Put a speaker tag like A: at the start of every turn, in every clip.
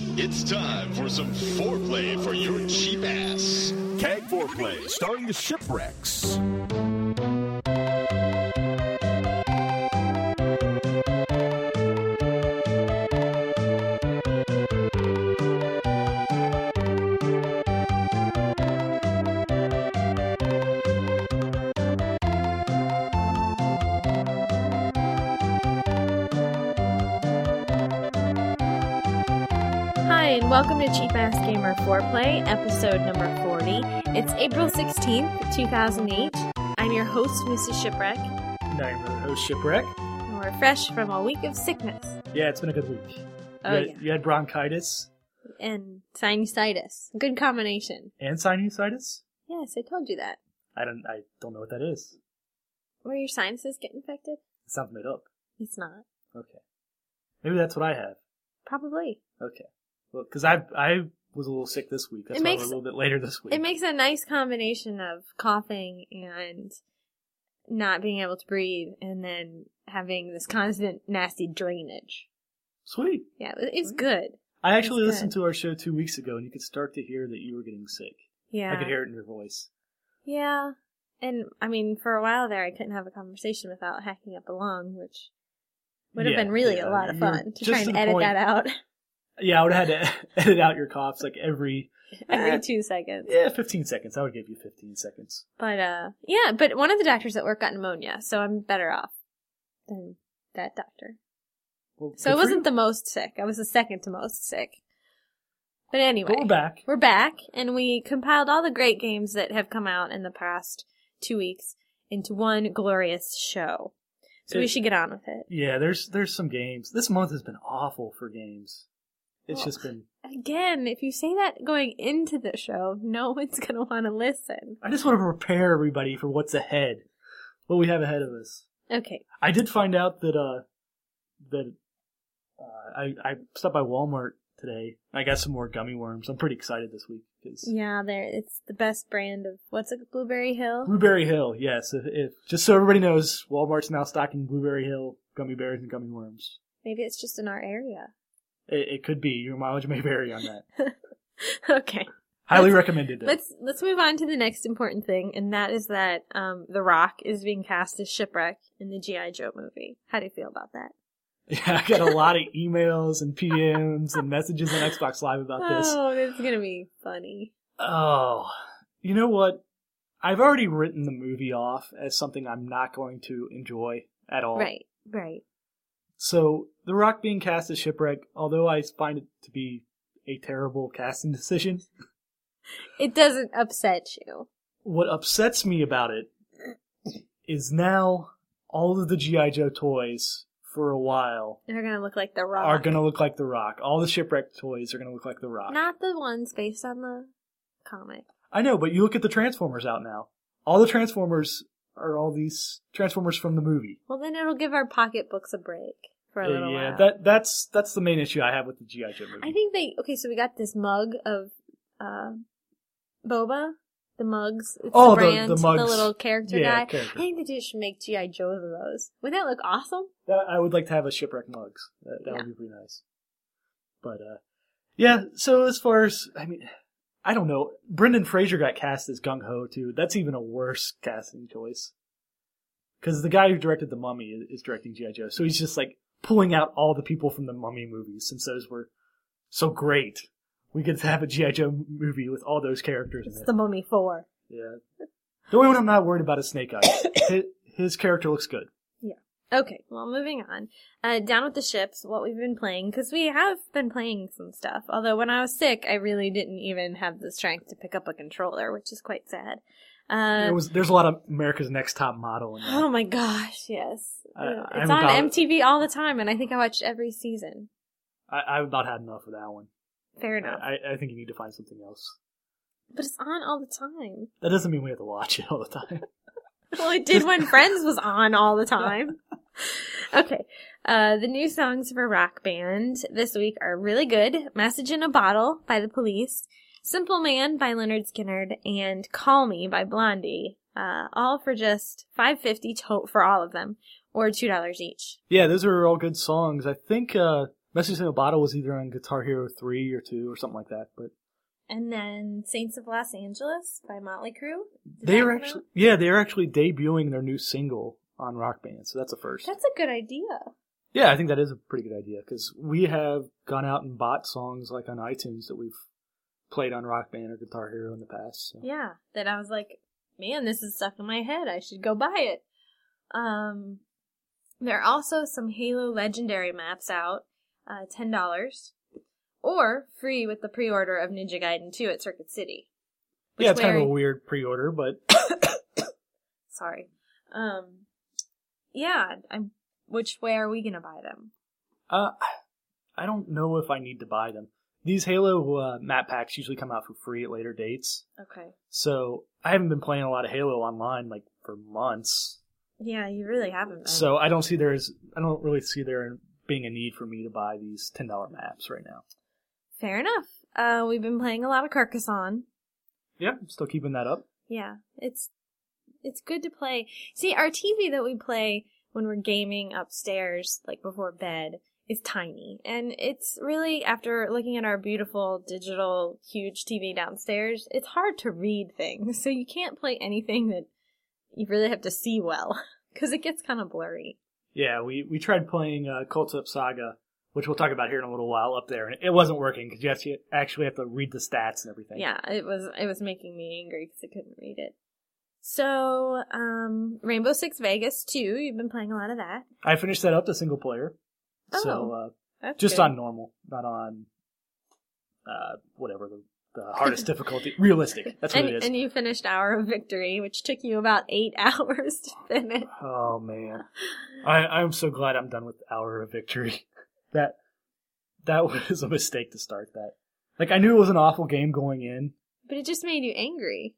A: It's time for some foreplay for your cheap ass.
B: Keg Foreplay, starring the Shipwrecks.
C: Hi, and welcome to Cheap Ass Gamer Foreplay, episode number 40. It's April 16th, 2008. I'm your host, Mrs. Shipwreck, and
D: Night River Host Oh, Shipwreck.
C: we're fresh from a week of sickness.
D: Yeah, it's been a good week.
C: Oh,
D: you, had,
C: yeah.
D: you had bronchitis
C: And sinusitis. Good combination.
D: and sinusitis.
C: Yes, I told you that.
D: I don't. I don't know what that is.
C: Where your sinuses get infected?
D: It sounds made up.
C: It's not.
D: Okay, maybe that's what I have.
C: Probably.
D: Okay, well, because I I was a little sick this week. That's
C: It
D: why
C: makes-
D: we're a little bit later this week.
C: It makes a nice combination of coughing and not being able to breathe, and then having this constant nasty drainage.
D: Sweet.
C: Yeah, it- it's good.
D: I actually
C: That's
D: listened to our show two weeks ago, and you could start to hear that you were getting sick.
C: Yeah.
D: I could hear it in your voice.
C: Yeah. And I mean, for a while there, I couldn't have a conversation without hacking up a lung, which would have
D: Yeah,
C: been really
D: yeah,
C: a lot of
D: you-
C: fun to
D: just
C: try and
D: the
C: edit
D: point-
C: that out
D: Yeah, I would have had to edit out your coughs like every
C: every two seconds.
D: yeah fifteen seconds. I would give you fifteen seconds.
C: But uh, yeah. But one of the doctors at work got pneumonia, so I'm better off than that doctor.
D: Well,
C: So
D: good
C: I
D: for
C: wasn't
D: you.
C: the most sick. I was the second to most sick. But anyway,
D: But we're back.
C: We're back, and we compiled all the great games that have come out in the past two weeks into one glorious show. So we
D: It-
C: should get on with it.
D: Yeah, there's there's some games. This month has been awful for games. It's
C: Well,
D: just been.
C: Again, if you say that going into the show, no one's going to want to listen.
D: I just want to prepare everybody for what's ahead, what we have ahead of us.
C: Okay.
D: I did find out that uh that uh, I I stopped by Walmart today. I got some more gummy worms. I'm pretty excited this week because
C: Yeah, there it's the best brand of what's it, Blueberry Hill?
D: Blueberry Hill. Yes, if, if just so everybody knows, Walmart's now stocking Blueberry Hill gummy bears and gummy worms.
C: Maybe it's just in our area.
D: It, it could be your mileage may vary on that.
C: okay.
D: Highly recommended. though.
C: Let's let's move on to the next important thing, and that is that um, The Rock is being cast as Shipwreck in the G.I. Joe movie. How do you feel about that?
D: Yeah, I got a lot of emails and PMs and messages on Xbox Live about this.
C: Oh, it's gonna be funny.
D: Oh, you know what? I've already written the movie off as something I'm not going to enjoy at all.
C: Right, right.
D: So, The Rock being cast as Shipwreck, although I find it to be a terrible casting decision,
C: It doesn't upset you.
D: what upsets me about it is now all of the G.I. Joe toys for a while
C: They're gonna look like The Rock.
D: are going to look like The Rock. All the Shipwreck toys are going to look like The Rock.
C: Not the ones based on the comic.
D: I know, but you look at the Transformers out now. All the Transformers are all these Transformers from the movie.
C: Well, then it'll give our pocketbooks a break for a little
D: Uh, yeah,
C: while.
D: that that's that's the main issue I have with the GI Joe movie.
C: I think they okay. So we got this mug of uh, boba, the mugs. It's
D: Oh,
C: the
D: the-
C: brand,
D: the mugs.
C: little character
D: Yeah,
C: guy.
D: character.
C: I think they just should make GI Joes of those. Would that look awesome?
D: That- I would like to have a shipwreck mugs. That, that
C: Yeah.
D: would be pretty nice. But uh, yeah. So as far as I mean, I don't know. Brendan Fraser got cast as Gung Ho too. That's even a worse casting choice because the guy who directed the Mummy is, is directing GI Joe, so he's just like pulling out all the people from the Mummy movies since those were so great. We get to have a GI Joe movie with all those characters.
C: It's
D: in it.
C: the Mummy Four.
D: Yeah. The only one I'm not worried about is Snake Eyes. his, his character looks good.
C: Okay, well, moving on. Uh, down with the ships. What we've been playing because we have been playing some stuff. Although when I was sick, I really didn't even have the strength to pick up a controller, which is quite sad. Uh,
D: There was there's a lot of America's Next Top Model in there.
C: Oh my gosh, yes.
D: I-
C: Uh,
D: I'm
C: it's
D: about-
C: on MTV all the time, and I think I watched every season.
D: I, I've about had enough of that one.
C: Fair enough.
D: I, I think you need to find something else.
C: but it's on all the time.
D: That doesn't mean we have to watch it all the time.
C: Well, it did when Friends was on all the time. okay. Uh, the new songs for Rock Band this week are really good Message in a Bottle by The Police, Simple Man by Leonard Skinnard, and Call Me by Blondie. Uh, all for just five fifty to- for all of them, or two dollars each.
D: yeah, those are all good songs. I think uh, Message in a Bottle was either on Guitar Hero 3 or 2 or something like that, but
C: And then Saints of Los Angeles by Motley Crue. Did that
D: they are
C: come out?
D: actually yeah, they are actually debuting their new single on Rock Band, so that's a first.
C: That's a good idea.
D: Yeah, I think that is a pretty good idea because we have gone out and bought songs like on iTunes that we've played on Rock Band or Guitar Hero in the past. So.
C: Yeah. That I was like, man, this is stuck in my head. I should go buy it. Um, there are also some Halo Legendary maps out, uh, ten dollars, or free with the pre-order of Ninja Gaiden 2 at Circuit City.
D: yeah, it's kind of
C: way
D: a
C: are-
D: weird pre-order, but
C: Sorry. Um, yeah. I'm. Which way are we gonna buy them?
D: uh, I don't know if I need to buy them. These Halo uh, map packs usually come out for free at later dates,
C: Okay.
D: so I haven't been playing a lot of Halo online like for months.
C: Yeah, you really haven't. Been.
D: So I don't see there's I don't really see there being a need for me to buy these ten dollar maps right now.
C: fair enough. Uh, we've been playing a lot of Carcassonne.
D: Yeah, I'm still keeping that up.
C: Yeah, it's it's good to play. See, our TV that we play when we're gaming upstairs, like before bed, is tiny, and it's really after looking at our beautiful digital huge TV downstairs, it's hard to read things. So you can't play anything that you really have to see well because it gets kind of blurry.
D: Yeah, we, we tried playing uh, Cult Up Saga, which we'll talk about here in a little while up there, and it wasn't working because you actually, actually have to read the stats and everything.
C: Yeah, it was it was making me angry because I couldn't read it. So, um, Rainbow Six Vegas too. You've been playing a lot of that.
D: I finished that up to single player. So, uh,
C: That's
D: just
C: good.
D: on normal, not on uh, whatever the, the hardest difficulty. Realistic. That's what
C: and,
D: it is.
C: and you finished Hour of Victory, which took you about eight hours to finish.
D: Oh man, I I'm so glad I'm done with Hour of Victory. That that was a mistake to start that. Like I knew it was an awful game going in.
C: But it just made you angry.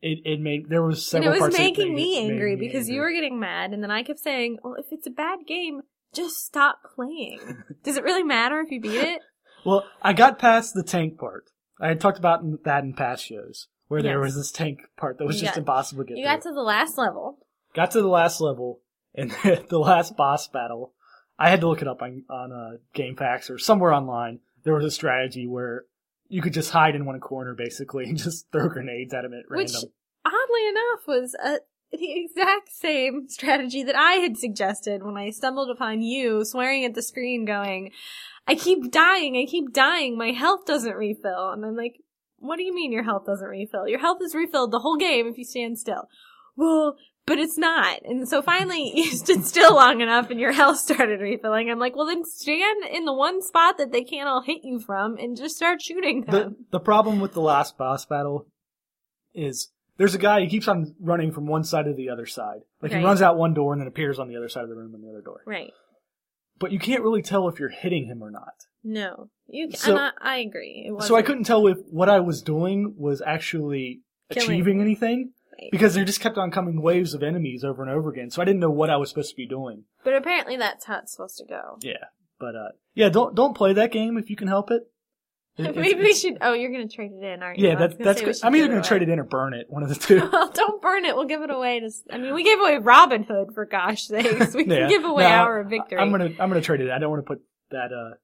D: It it made there was
C: And it
D: several
C: was
D: parts that
C: making
D: made-
C: me
D: made
C: angry because
D: angry.
C: you were getting mad, and then I kept saying, Well, if it's a bad game, just stop playing. Does it really matter if you beat it?
D: Well, I got past the tank part. I had talked about in- that in past shows where there
C: Yes.
D: was this tank part that was
C: You
D: just
C: got-
D: impossible to get
C: You
D: through.
C: got to the last level.
D: got to the last level and the last boss battle. I had to look it up on on uh, GameFAQs or somewhere online. There was a strategy where you could just hide in one corner basically and just throw grenades at him at
C: Which-
D: random.
C: Oddly enough, was a, the exact same strategy that I had suggested when I stumbled upon you swearing at the screen, going, I keep dying, I keep dying, my health doesn't refill. And I'm like, what do you mean your health doesn't refill? Your health is refilled the whole game if you stand still. Well, but it's not. And so finally you stood still long enough and your health started refilling. I'm like, well then stand in the one spot that they can't all hit you from and just start shooting
D: The
C: them.
D: the problem with the last boss battle is there's a guy he keeps on running from one side to the other side. Like
C: Right.
D: he runs out one door and then appears on the other side of the room on the other door.
C: right.
D: But you can't really tell if you're hitting him or not.
C: No. You
D: So-
C: and I, I agree. It
D: So I
C: wasn't-
D: couldn't tell if what I was doing was actually
C: Killing.
D: achieving anything
C: Right.
D: because there just kept on coming waves of enemies over and over again. So I didn't know what I was supposed to be doing.
C: But apparently that's how it's supposed to go.
D: Yeah, but uh, yeah, don't don't play that game if you can help it. It- it's-
C: Maybe we
D: it's-
C: should. Oh, you're gonna trade it in, aren't you?
D: Yeah, that's that's. Good. I'm either going to trade it in or burn it. One of the two.
C: Well, don't burn it. We'll give it away to. s- I mean, we gave away Robin Hood for gosh sakes. We
D: Yeah.
C: can give away
D: No,
C: our victory.
D: I'm gonna I'm gonna trade it. I don't want to put that uh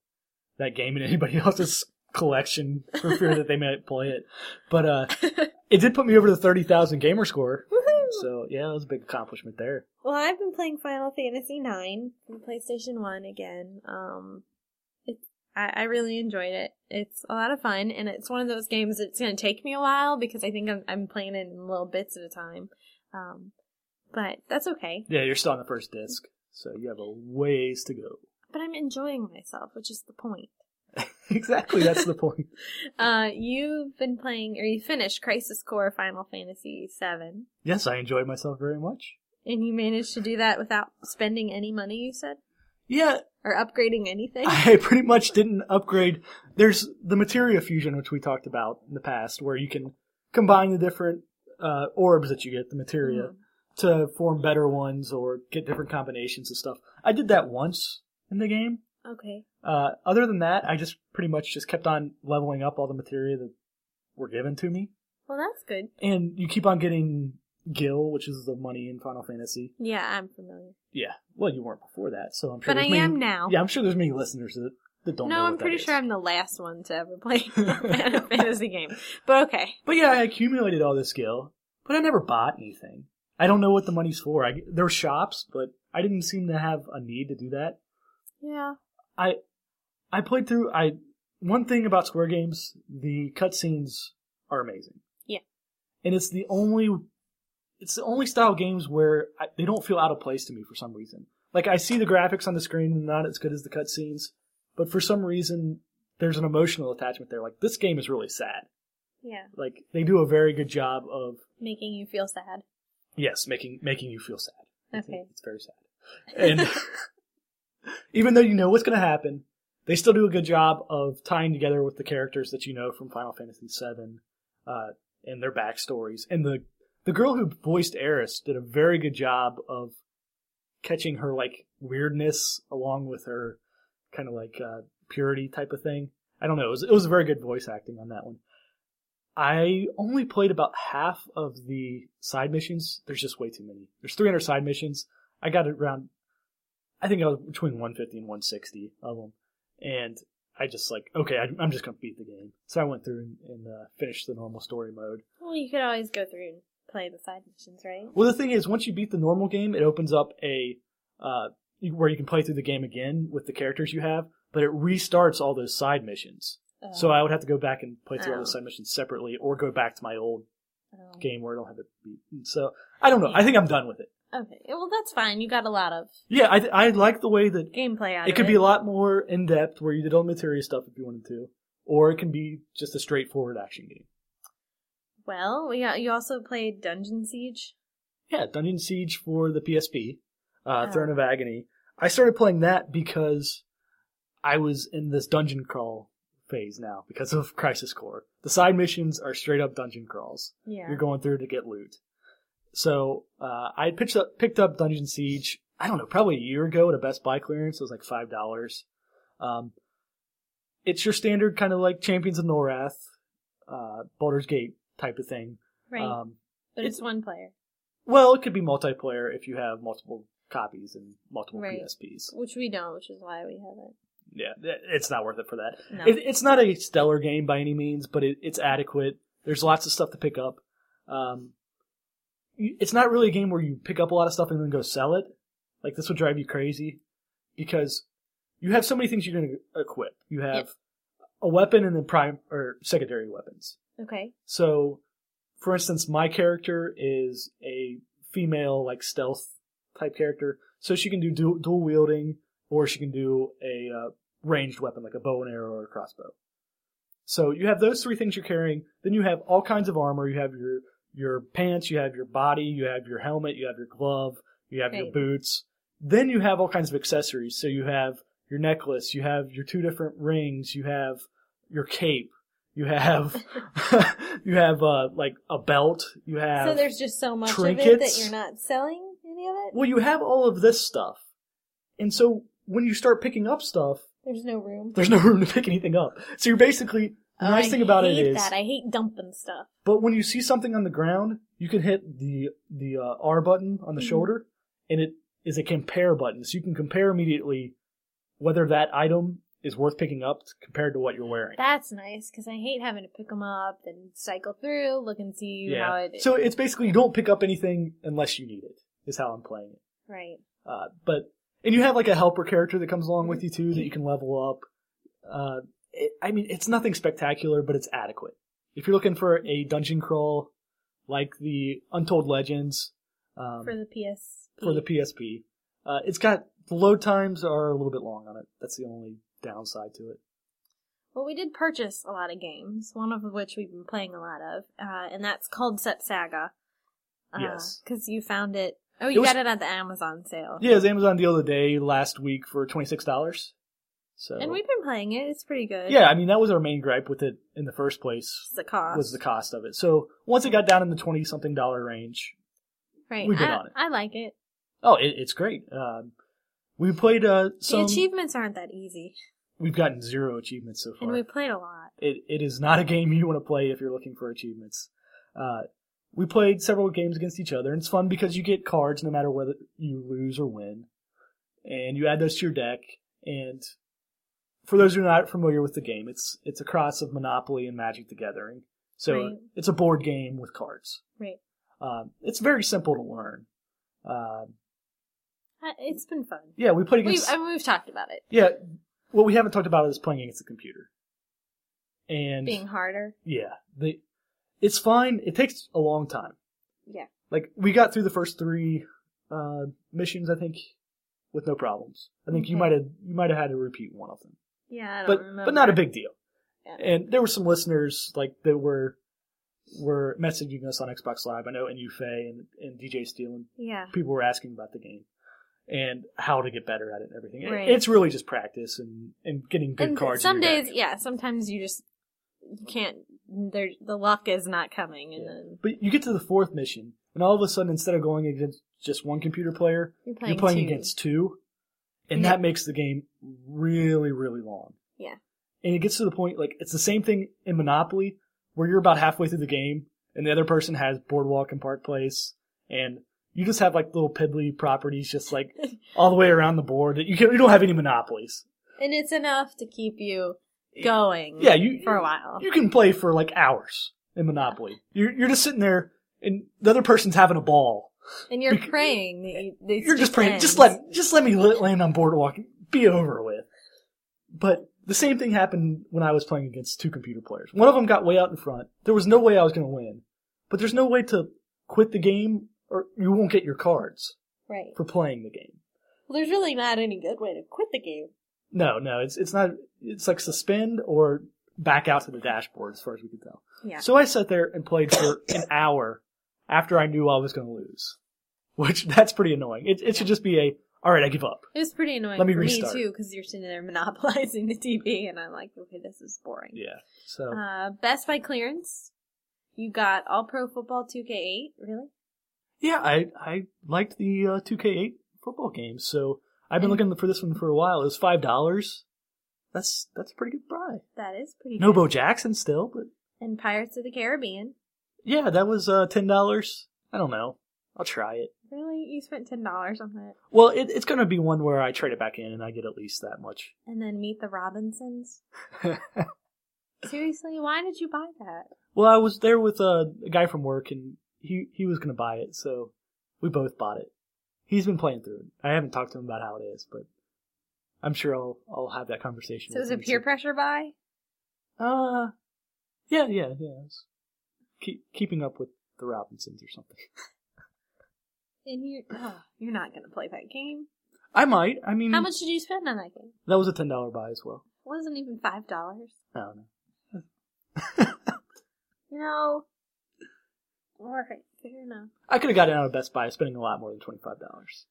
D: that game in anybody else's collection for fear that they might play it. But uh, it did put me over the thirty thousand gamer score.
C: Woohoo!
D: So yeah, that was a big accomplishment there.
C: Well, I've been playing Final Fantasy IX on PlayStation One again. Um, it, I, I really enjoyed it. It's a lot of fun, and it's one of those games that's going to take me a while because I think I'm, I'm playing it in little bits at a time. Um, but that's okay.
D: Yeah, you're still on the first disc, so you have a ways to go.
C: But I'm enjoying myself, which is the point.
D: exactly, that's the point.
C: Uh, you've been playing, or you finished Crisis Core Final Fantasy VII,
D: Yes, I enjoyed myself very much.
C: and you managed to do that without spending any money, you said?
D: Yeah,
C: Or upgrading anything?
D: I pretty much didn't upgrade. There's the materia fusion, which we talked about in the past, where you can combine the different uh, orbs that you get, the materia, to form better ones or get different combinations of stuff. I did that once in the game.
C: okay.
D: Uh, other than that, I just pretty much just kept on leveling up all the materia that were given to me.
C: Well, that's good.
D: and you keep on getting gil which is the money in final fantasy
C: Yeah, I'm familiar.
D: yeah well you weren't before that so i'm sure
C: But
D: there's
C: I
D: many-
C: am now.
D: yeah i'm sure there's many listeners that that don't know
C: No,
D: what
C: I'm
D: that
C: pretty
D: is.
C: sure I'm the last one to ever play a fantasy game. But okay.
D: But yeah, I accumulated all this skill, but I never bought anything. I don't know what the money's for. I, there were shops, but I didn't seem to have a need to do that.
C: Yeah.
D: I I played through. I one thing about Square games, the cutscenes are amazing.
C: Yeah.
D: and it's the only it's the only style of games where I, they don't feel out of place to me for some reason. Like I see the graphics on the screen and not as good as the cutscenes, but for some reason there's an emotional attachment there. Like this game is really sad.
C: Yeah.
D: Like they do a very good job of
C: Making you feel sad.
D: yes making making you feel sad. It's-
C: Okay.
D: it's very sad. And even though you know what's going to happen, they still do a good job of tying together with the characters that you know from Final Fantasy VII uh, and their backstories. And the the girl who voiced Eris did a very good job of catching her like weirdness along with her kind of like uh, purity type of thing. I don't know. It was it was very good voice acting on that one. I only played about half of the side missions. There's just way too many. There's 300 side missions. I got around I think I was between 150 and 160 of them, and I just like, okay, I, I'm just gonna beat the game. So I went through and, and uh, finished the normal story mode.
C: Well, you could always go through and play the side missions, right?
D: Well, the thing is, once you beat the normal game, it opens up a uh, where you can play through the game again with the characters you have, but it restarts all those side missions.
C: Uh,
D: So I would have to go back and play through all the
C: Oh.
D: side missions separately, or go back to my old
C: Oh.
D: game where I don't have it beat. So I don't know. I think I'm done with it.
C: Okay. Well, that's fine. You got a lot of
D: Yeah, I I like the way that
C: gameplay out
D: it
C: of
D: could be a lot more in depth where you did all the material stuff if you wanted to, or it can be just a straightforward action game.
C: Well, we got, you also played Dungeon Siege.
D: Yeah, Dungeon Siege for the PSP, uh,
C: Oh.
D: Throne of Agony. I started playing that because I was in this dungeon crawl phase now because of Crisis Core. The side missions are straight up dungeon crawls.
C: Yeah.
D: You're going through to get loot. So uh, I picked up picked up Dungeon Siege. I don't know, probably a year ago at a Best Buy clearance. It was like five dollars. Um, it's your standard kind of like Champions of Norath, uh, Baldur's Gate type of thing.
C: right.
D: Um,
C: but it's one player,
D: well, it could be multiplayer if you have multiple copies and multiple
C: Right.
D: PSPs.
C: which we don't, which is why we haven't.
D: Yeah, th- it's not worth it for that.
C: No.
D: It, it's not a stellar game by any means, but it, it's adequate. There's lots of stuff to pick up. Um, you- it's not really a game where you pick up a lot of stuff and then go sell it. Like this would drive you crazy because you have so many things you're going to equip. You have
C: Yep.
D: a weapon and then prime or secondary weapons.
C: Okay.
D: So, for instance, my character is a female, like stealth type character, so she can do du- dual wielding, or she can do a uh, ranged weapon like a bow and arrow or a crossbow. So you have those three things you're carrying. Then you have all kinds of armor. You have your your pants, you have your body, you have your helmet, you have your glove, you have your
C: Right.
D: boots. Then you have all kinds of accessories. So you have your necklace, you have your two different rings, you have your cape, you have you have uh like a belt, you have
C: so there's just so much of it that
D: trinkets.
C: you're not selling any of it.
D: well you have all of this stuff. And so when you start picking up stuff,
C: There's no room.
D: there's no room to pick anything up. So you're basically the nice
C: Oh, I
D: thing about
C: hate
D: it is
C: that. I hate dumping stuff.
D: But when you see something on the ground, you can hit the the uh, R button on the
C: Mhm.
D: shoulder, and it is a compare button, so you can compare immediately whether that item is worth picking up compared to what you're wearing.
C: That's nice because I hate having to pick them up and cycle through, look and see how it.
D: So it's basically you don't pick up anything unless you need it. Is how I'm playing it.
C: right.
D: Uh, but and you have like a helper character that comes along with you too that you can level up. Uh, it, I mean, it's nothing spectacular, but it's adequate. If you're looking for a dungeon crawl like the Untold Legends. Um,
C: for the PS.
D: for the PSP. Uh, it's got the load times are a little bit long on it. That's the only downside to it.
C: Well, we did purchase a lot of games, one of which we've been playing a lot of, uh, and that's called Set Saga. Uh,
D: Yes.
C: Because you found it. Oh, you
D: was-
C: got it at the Amazon sale.
D: Yeah, it was Amazon deal of the day last week for twenty six dollars. So
C: And we've been playing it. It's pretty good.
D: yeah, I mean that was our main gripe with it in the first place
C: It's the cost.
D: was the cost of it. So once it got down in the twenty something dollar range,
C: right.
D: we're good
C: I,
D: on it.
C: I like it.
D: oh, it, it's great. Um, we played uh, some.
C: the achievements aren't that easy,
D: we've gotten zero achievements so far.
C: and we played a lot.
D: it, it is not a game you want to play if you're looking for achievements. Uh, we played several games against each other, and it's fun because you get cards no matter whether you lose or win, and you add those to your deck. And for those who are not familiar with the game, it's it's a cross of Monopoly and Magic the Gathering. So
C: Right.
D: it's a board game with cards.
C: Right.
D: Um, it's very simple to learn. Um,
C: Uh, It's been fun.
D: yeah, we played
C: We've,
D: against.
C: I mean, we've talked about it
D: yeah, what we haven't talked about is playing against the computer. And
C: being harder.
D: yeah, the it's fine. It takes a long time.
C: Yeah.
D: Like we got through the first three uh, missions, I think, with no problems. I think you
C: Okay.
D: might have you might have had to repeat one of them.
C: Yeah, I don't
D: but
C: remember.
D: but not a big deal.
C: Yeah.
D: And there were some listeners like that were were messaging us on Xbox Live. I know and Faye and, and DJ Steele and
C: Yeah.
D: people were asking about the game and how to get better at it and everything.
C: Right.
D: It's really just practice and, and getting good
C: and
D: cards. in
C: some
D: your deck.
C: days, yeah, sometimes you just you can't. There, the luck is not coming, and then
D: But you get to the fourth mission, and all of a sudden, instead of going against just one computer player,
C: you're playing,
D: you're playing
C: two.
D: against two, and
C: Yeah.
D: that makes the game really, really long.
C: Yeah.
D: And it gets to the point like it's the same thing in Monopoly, where you're about halfway through the game, and the other person has Boardwalk and Park Place, and you just have like little piddly properties just like all the way around the board. You can, you don't have any monopolies.
C: and it's enough to keep you going.
D: Yeah, you
C: for a while.
D: You can play for like hours in Monopoly. You're you're just sitting there, and the other person's having a ball.
C: and you're
D: bec-
C: praying. That you, this
D: You're just praying.
C: ends.
D: Just let just let me li- land on boardwalk. and Be over with. But the same thing happened when I was playing against two computer players. One of them got way out in front. There was no way I was going to win. But there's no way to quit the game, or you won't get your cards
C: right.
D: for playing the game.
C: Well, there's really not any good way to quit the game.
D: No, no, it's it's not. It's like suspend or back out to the dashboard, as far as we can tell.
C: Yeah.
D: So I sat there and played for an hour after I knew I was going to lose, which that's pretty annoying. It it should just be a all right, I give up.
C: It was pretty annoying
D: Let me
C: for
D: restart.
C: me too, because you're sitting there monopolizing the TV, and I'm like, okay, this is boring.
D: Yeah. So
C: Uh, Best by clearance, you got All Pro Football 2K8. Really?
D: yeah, I I liked the uh, 2K8 football game, so I've been
C: And-
D: looking for this one for a while. It was five dollars. That's that's a pretty good buy.
C: That is pretty.
D: No
C: good.
D: Bo Jackson still, but
C: and Pirates of the Caribbean.
D: yeah, that was uh, ten dollars. I don't know. I'll try it.
C: Really, you spent ten dollars on that,
D: Well, it, it's going to be one where I trade it back in and I get at least that much.
C: and then Meet the Robinsons. Seriously, why did you buy that?
D: well, I was there with uh, a, a guy from work and he he was going to buy it, so we both bought it. He's been playing through it. I haven't talked to him about how it is, but I'm sure I'll I'll have that conversation.
C: So it
D: with
C: was a
D: him and see-
C: peer pressure buy.
D: Uh, yeah, yeah, yeah. It's keep, keeping up with the Robinsons or something.
C: And you, oh, you're not gonna play that game.
D: I might. I mean,
C: How much did you spend on that game?
D: That was a ten dollar buy as well.
C: It wasn't even five dollars.
D: I don't know.
C: You know. All right, fair enough.
D: I could have gotten out of Best Buy spending a lot more than twenty five dollars.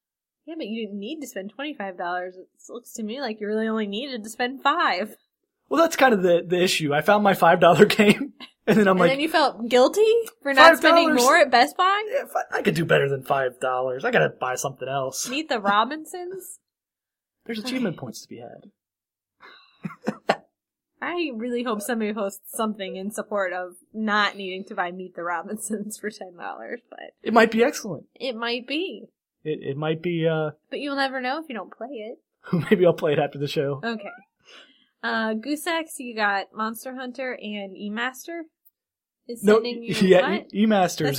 C: Yeah, but you didn't need to spend twenty five dollars. It looks to me like you really only needed to spend five.
D: Well, that's kind of the the issue. I found my five dollar game, and then I'm
C: and
D: like,
C: then you felt guilty for not spending
D: $5?
C: more at Best Buy.
D: yeah, fi- I could do better than five dollars. I gotta buy something else.
C: Meet the Robinsons.
D: There's achievement points to be had.
C: I really hope somebody posts something in support of not needing to buy Meet the Robinsons for ten dollars, but
D: It might be excellent.
C: it might be.
D: It it might be. uh
C: But you'll never know if you don't play it.
D: Maybe I'll play it after the show.
C: Okay. Uh Goosex, you got Monster Hunter and Emaster. Is sending you
D: yeah,
C: what?
D: E- Emaster's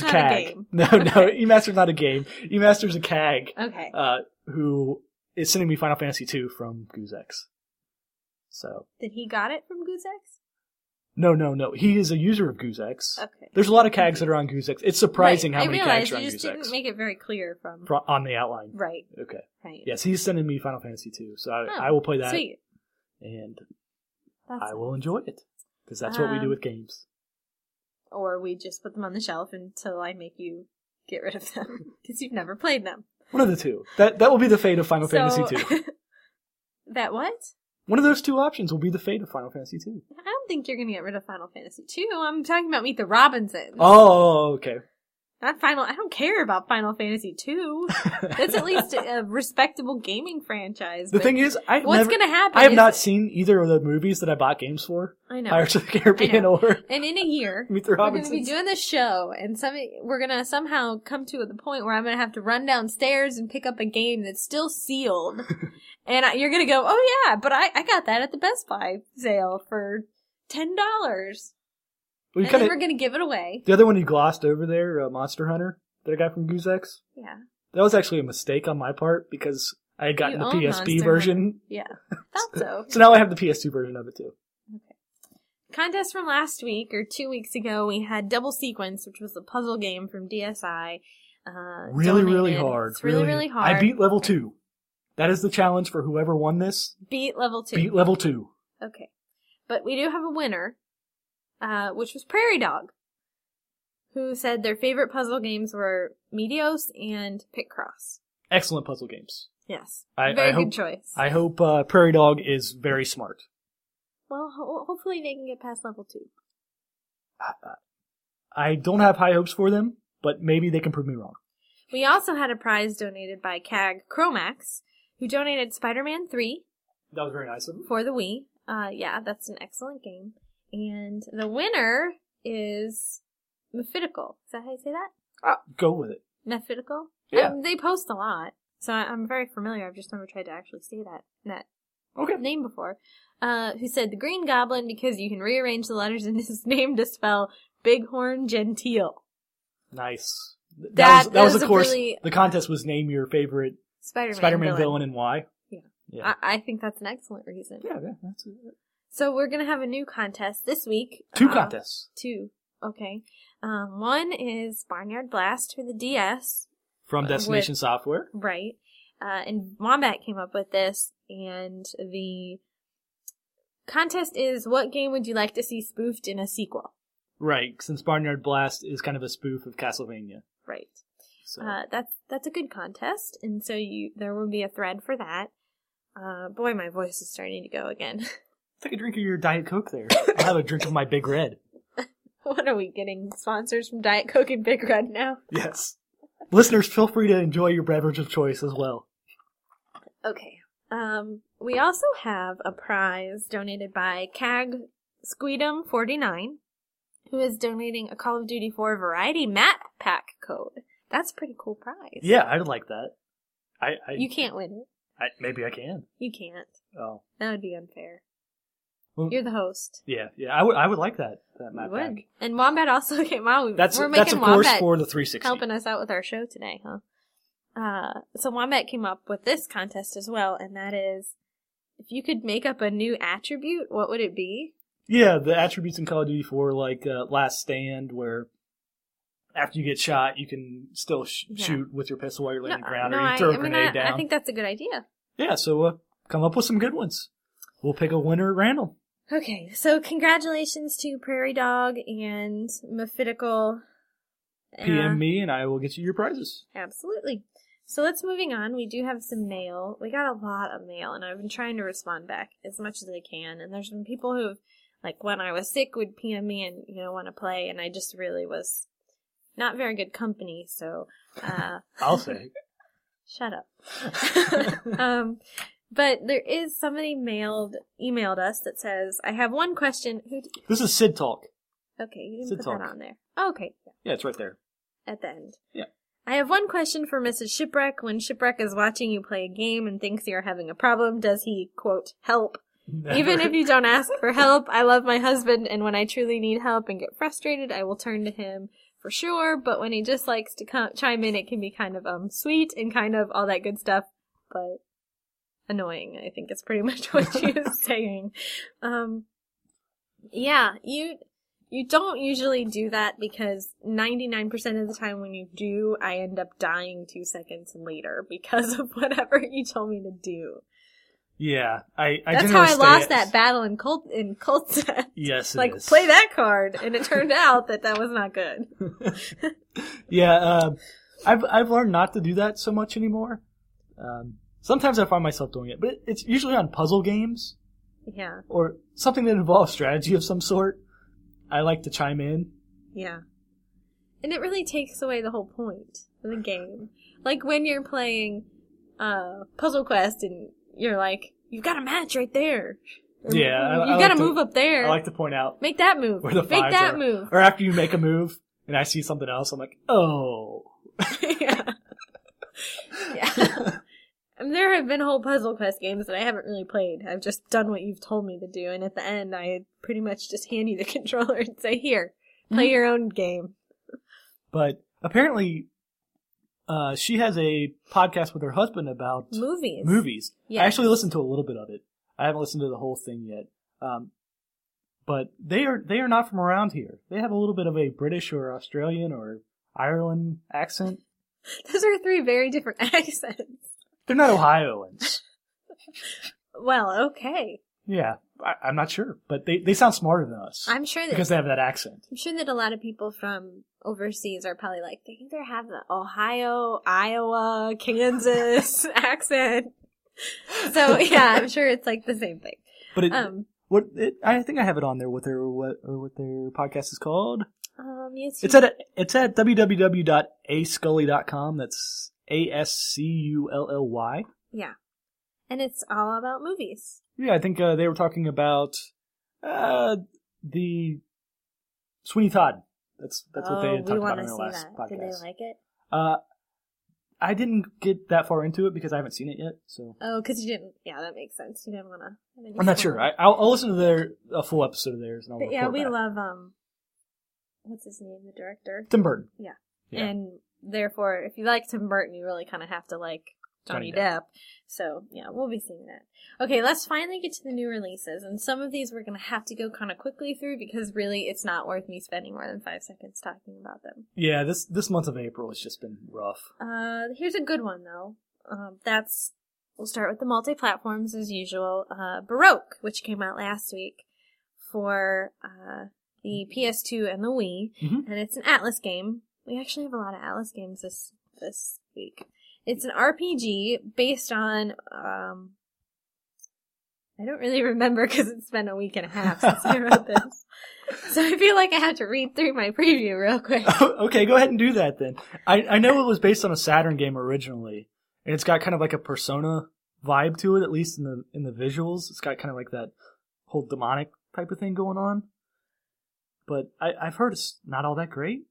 C: That's
D: a
C: not a
D: cag.
C: game.
D: No, no, Emaster's not a game. Emaster's a cag
C: Okay.
D: uh, who is sending me Final Fantasy II from Guzex. So
C: Did he got it from Goosex?
D: no, no, no. He is a user of Guzex.
C: Okay.
D: There's a lot of cags that are on Guzex. It's surprising
C: Right,
D: how many
C: I
D: cags
C: realized
D: are on
C: you just
D: Guzex
C: didn't make it very clear from
D: Fro- on the outline.
C: Right,
D: Okay.
C: right.
D: Yes, he's sending me Final Fantasy II, so I,
C: Oh,
D: I will play that
C: Sweet.
D: and
C: That's
D: I will enjoy it because that's what we do
C: Um,
D: with games.
C: or we just put them on the shelf until I make you get rid of them because you've never played them.
D: One of the two. That that will be the fate of Final Fantasy II.
C: that what?
D: One of those two options will be the fate of Final Fantasy II.
C: I Mm. don't think you're going to get rid of Final Fantasy two. I'm talking about Meet the Robinsons.
D: Oh, okay.
C: Not Final. I don't care about Final Fantasy two. That's at least a, a respectable gaming franchise.
D: The
C: but
D: thing is, I
C: what's
D: never,
C: going to happen?
D: I have
C: is-
D: not seen either of the movies that I bought games for.
C: I know.
D: Pirates of the Caribbean or
C: and in a year,
D: Meet the
C: we're going to be
D: Robinsons.
C: doing this show, and some we're going to somehow come to the point where I'm going to have to run downstairs and pick up a game that's still sealed, and I, you're going to go, "Oh yeah, but I, I got that at the Best Buy sale for ten dollars,"
D: We
C: and then
D: kind
C: we're
D: of
C: going to give it away.
D: the other one you glossed over there, uh, Monster Hunter, that I got from Guzex.
C: Yeah,
D: That was actually a mistake on my part because I had gotten
C: You
D: the
C: own
D: PSP
C: Monster
D: version,
C: yeah, thought so.
D: so now I have the PS2 version of it too.
C: contest from last week or two weeks ago, we had Double Sequence, which was a puzzle game from DSI. Uh,
D: Really, really
C: donated.
D: hard.
C: It's really, really hard.
D: I beat level two. That is the challenge for whoever won this.
C: beat level two.
D: Beat level two.
C: okay, but we do have a winner, uh, which was Prairie Dog, who said their favorite puzzle games were Meteos and Pit Cross.
D: Excellent puzzle games.
C: Yes,
D: I-
C: very
D: I
C: good
D: hope-
C: choice.
D: I hope uh, Prairie Dog is very smart.
C: well, ho- hopefully they can get past level two.
D: I don't have high hopes for them, but maybe they can prove me wrong.
C: We also had a prize donated by CAG Chromax, who donated Spider-Man Three,
D: That was very nice of them.
C: for the Wii. Uh, yeah, that's an excellent game. And the winner is Mephitical. Is that how you say that?
D: Go with it.
C: Mephitical?
D: Yeah.
C: Um, they post a lot, so I, I'm very familiar. I've just never tried to actually say that that
D: Okay.
C: name before. Uh, who said the Green Goblin because you can rearrange the letters in his name to spell Bighorn Genteel.
D: Nice. Th-
C: That-
D: was,
C: that
D: that was,
C: was
D: of
C: a
D: course,
C: really-
D: the contest was name your favorite
C: Spider-Man,
D: Spider-Man villain. and why.
C: Yeah.
D: Yeah.
C: I, I think that's an excellent reason.
D: yeah, yeah, that's it.
C: So we're gonna have a new contest this week.
D: Two
C: Uh,
D: contests
C: Two. Okay. Um, one is Barnyard Blast for the DS,
D: from Destination
C: with-
D: Software.
C: right? Uh, and Wombat came up with this, and the contest is what game would you like to see spoofed in a sequel?
D: Right, since Barnyard Blast is kind of a spoof of Castlevania.
C: Right.
D: So
C: Uh, that's that's a good contest, and so you there will be a thread for that. Uh, boy, my voice is starting to go again.
D: take a drink of your Diet Coke there. I'll have a drink of my Big Red.
C: what are we getting sponsors from Diet Coke and Big Red now?
D: Yes. Listeners, feel free to enjoy your beverage of choice as well.
C: Okay. Um, we also have a prize donated by Cag Squeedum49, who is donating a Call of Duty 4 variety map pack code. That's a pretty cool prize.
D: Yeah, I'd like that. I, I,
C: You can't win it.
D: I maybe I can.
C: You can't.
D: Oh,
C: That would be unfair.
D: Well-
C: You're the host.
D: yeah, yeah. I would, I would like that. That
C: You
D: map
C: would.
D: pack.
C: And Wombat also came out. We-
D: That's
C: We're
D: that's
C: making
D: of course
C: Wombat
D: for the 360.
C: helping us out with our show today, huh? Uh, so Wombat came up with this contest as well, and that is, if you could make up a new attribute, what would it be?
D: Yeah, the attributes in Call of Duty 4, like uh, Last Stand, where after you get shot, you can still sh-
C: Yeah.
D: shoot with your pistol while you're laying on the
C: No,
D: ground,
C: no,
D: or you
C: I-
D: can throw
C: I
D: a
C: mean,
D: grenade
C: I,
D: down.
C: I think that's a good idea.
D: Yeah, so uh, come up with some good ones. We'll pick a winner at random.
C: Okay, so congratulations to Prairie Dog and Mephitical. Uh,
D: PM me, and I will get you your prizes.
C: Absolutely. So let's moving on. We do have some mail. We got a lot of mail, and I've been trying to respond back as much as I can. And there's been people who, like when I was sick, would PM me and you know want to play, and I just really was not very good company. So. Uh,
D: I'll say.
C: Shut up. um, but there is somebody mailed emailed us that says, "I have one question." Who? d-
D: this is Sid Talk.
C: Okay, you didn't
D: Sid
C: put
D: Talk.
C: that on there. Oh, okay,
D: Yeah, it's right there.
C: at the end.
D: Yeah.
C: I have one question for Mrs. Shipwreck. When Shipwreck is watching you play a game and thinks you're having a problem, does he quote help? Even if you don't ask for help, I love my husband, and when I truly need help and get frustrated, I will turn to him for sure. But when he just likes to co- chime in, it can be kind of um sweet and kind of all that good stuff, but annoying. I think is pretty much what she is saying. Um, yeah, you you don't usually do that because ninety nine percent of the time when you do, I end up dying two seconds later because of whatever you told me to do.
D: Yeah, I. I
C: That's how I
D: generally stay
C: lost
D: at-
C: that battle in Colt in Colt.
D: Yes, it
C: like
D: is.
C: play that card, and it turned out that that was not good.
D: Yeah, um, I've I've learned not to do that so much anymore. Um, sometimes I find myself doing it, but it's usually on puzzle games
C: Yeah,
D: or something that involves strategy of some sort. I like to chime in.
C: yeah. And it really takes away the whole point of the game. Like when you're playing uh Puzzle Quest and you're like, you've got a match right there. Or,
D: Yeah, I- I
C: You've got
D: like
C: to
D: to-
C: move up there.
D: I like to point out
C: Make that move.
D: where the
C: Make
D: fives
C: that
D: are.
C: move.
D: Or after you make a move and I see something else, I'm like, oh.
C: yeah. Yeah. I mean, there have been whole puzzle quest games that I haven't really played. I've just done what you've told me to do, and at the end, I pretty much just hand you the controller and say, "Here, play your own game."
D: But apparently, uh, she has a podcast with her husband about
C: Movies.
D: movies.
C: Yes.
D: I actually listened to a little bit of it. I haven't listened to the whole thing yet. Um, but they are they are not from around here. They have a little bit of a British or Australian or Ireland accent.
C: Those are three very different accents.
D: They're not Ohioans.
C: Well, okay.
D: yeah, I, I'm not sure, but they, they sound smarter than us
C: I'm sure that
D: because they have that accent.
C: I'm sure that a lot of people from overseas are probably like they either have the Ohio, Iowa, Kansas accent. So yeah, I'm sure it's like the same thing.
D: But it,
C: Um,
D: what it, I think I have it on there. What their what or what their podcast is called?
C: um yes,
D: It's
C: you-
D: at it's at www.ascully.com. That's a s c u l l y.
C: Yeah. And it's all about movies.
D: Yeah, I think uh, they were talking about uh, the Sweeney Todd. That's that's what
C: Oh,
D: they had talked about in their last podcast.
C: Did they like it?
D: uh, I didn't get that far into it because I haven't seen it yet, so
C: Oh, because you didn't. Yeah, that makes sense. You didn't want to.
D: I'm not sure. I, I'll, I'll listen to their a full episode of theirs. And I'll
C: But yeah,
D: report
C: we
D: back.
C: love um, what's his name, the director,
D: Tim Burton. Yeah.
C: and therefore, if you like Tim Burton, you really kind of have to like Johnny
D: Johnny
C: Depp.
D: Depp.
C: So yeah, we'll be seeing that. Okay, let's finally get to the new releases, and some of these we're gonna have to go kind of quickly through because really, it's not worth me spending more than five seconds talking about them.
D: Yeah, this this month of April has just been rough.
C: Uh, here's a good one though. Um, that's we'll start with the multi-platforms as usual. Uh, Baroque, which came out last week for uh, the PS2 and the Wii,
D: Mhm.
C: and it's an Atlas game. We actually have a lot of Atlas games this this week. It's an RPG based on um, I don't really remember because it's been a week and a half since I wrote this, so I feel like I have to read through my preview real quick.
D: okay, go ahead and do that then. I I know it was based on a Saturn game originally, and it's got kind of like a Persona vibe to it, at least in the in the visuals. It's got kind of like that whole demonic type of thing going on. But I, I've heard it's not all that great.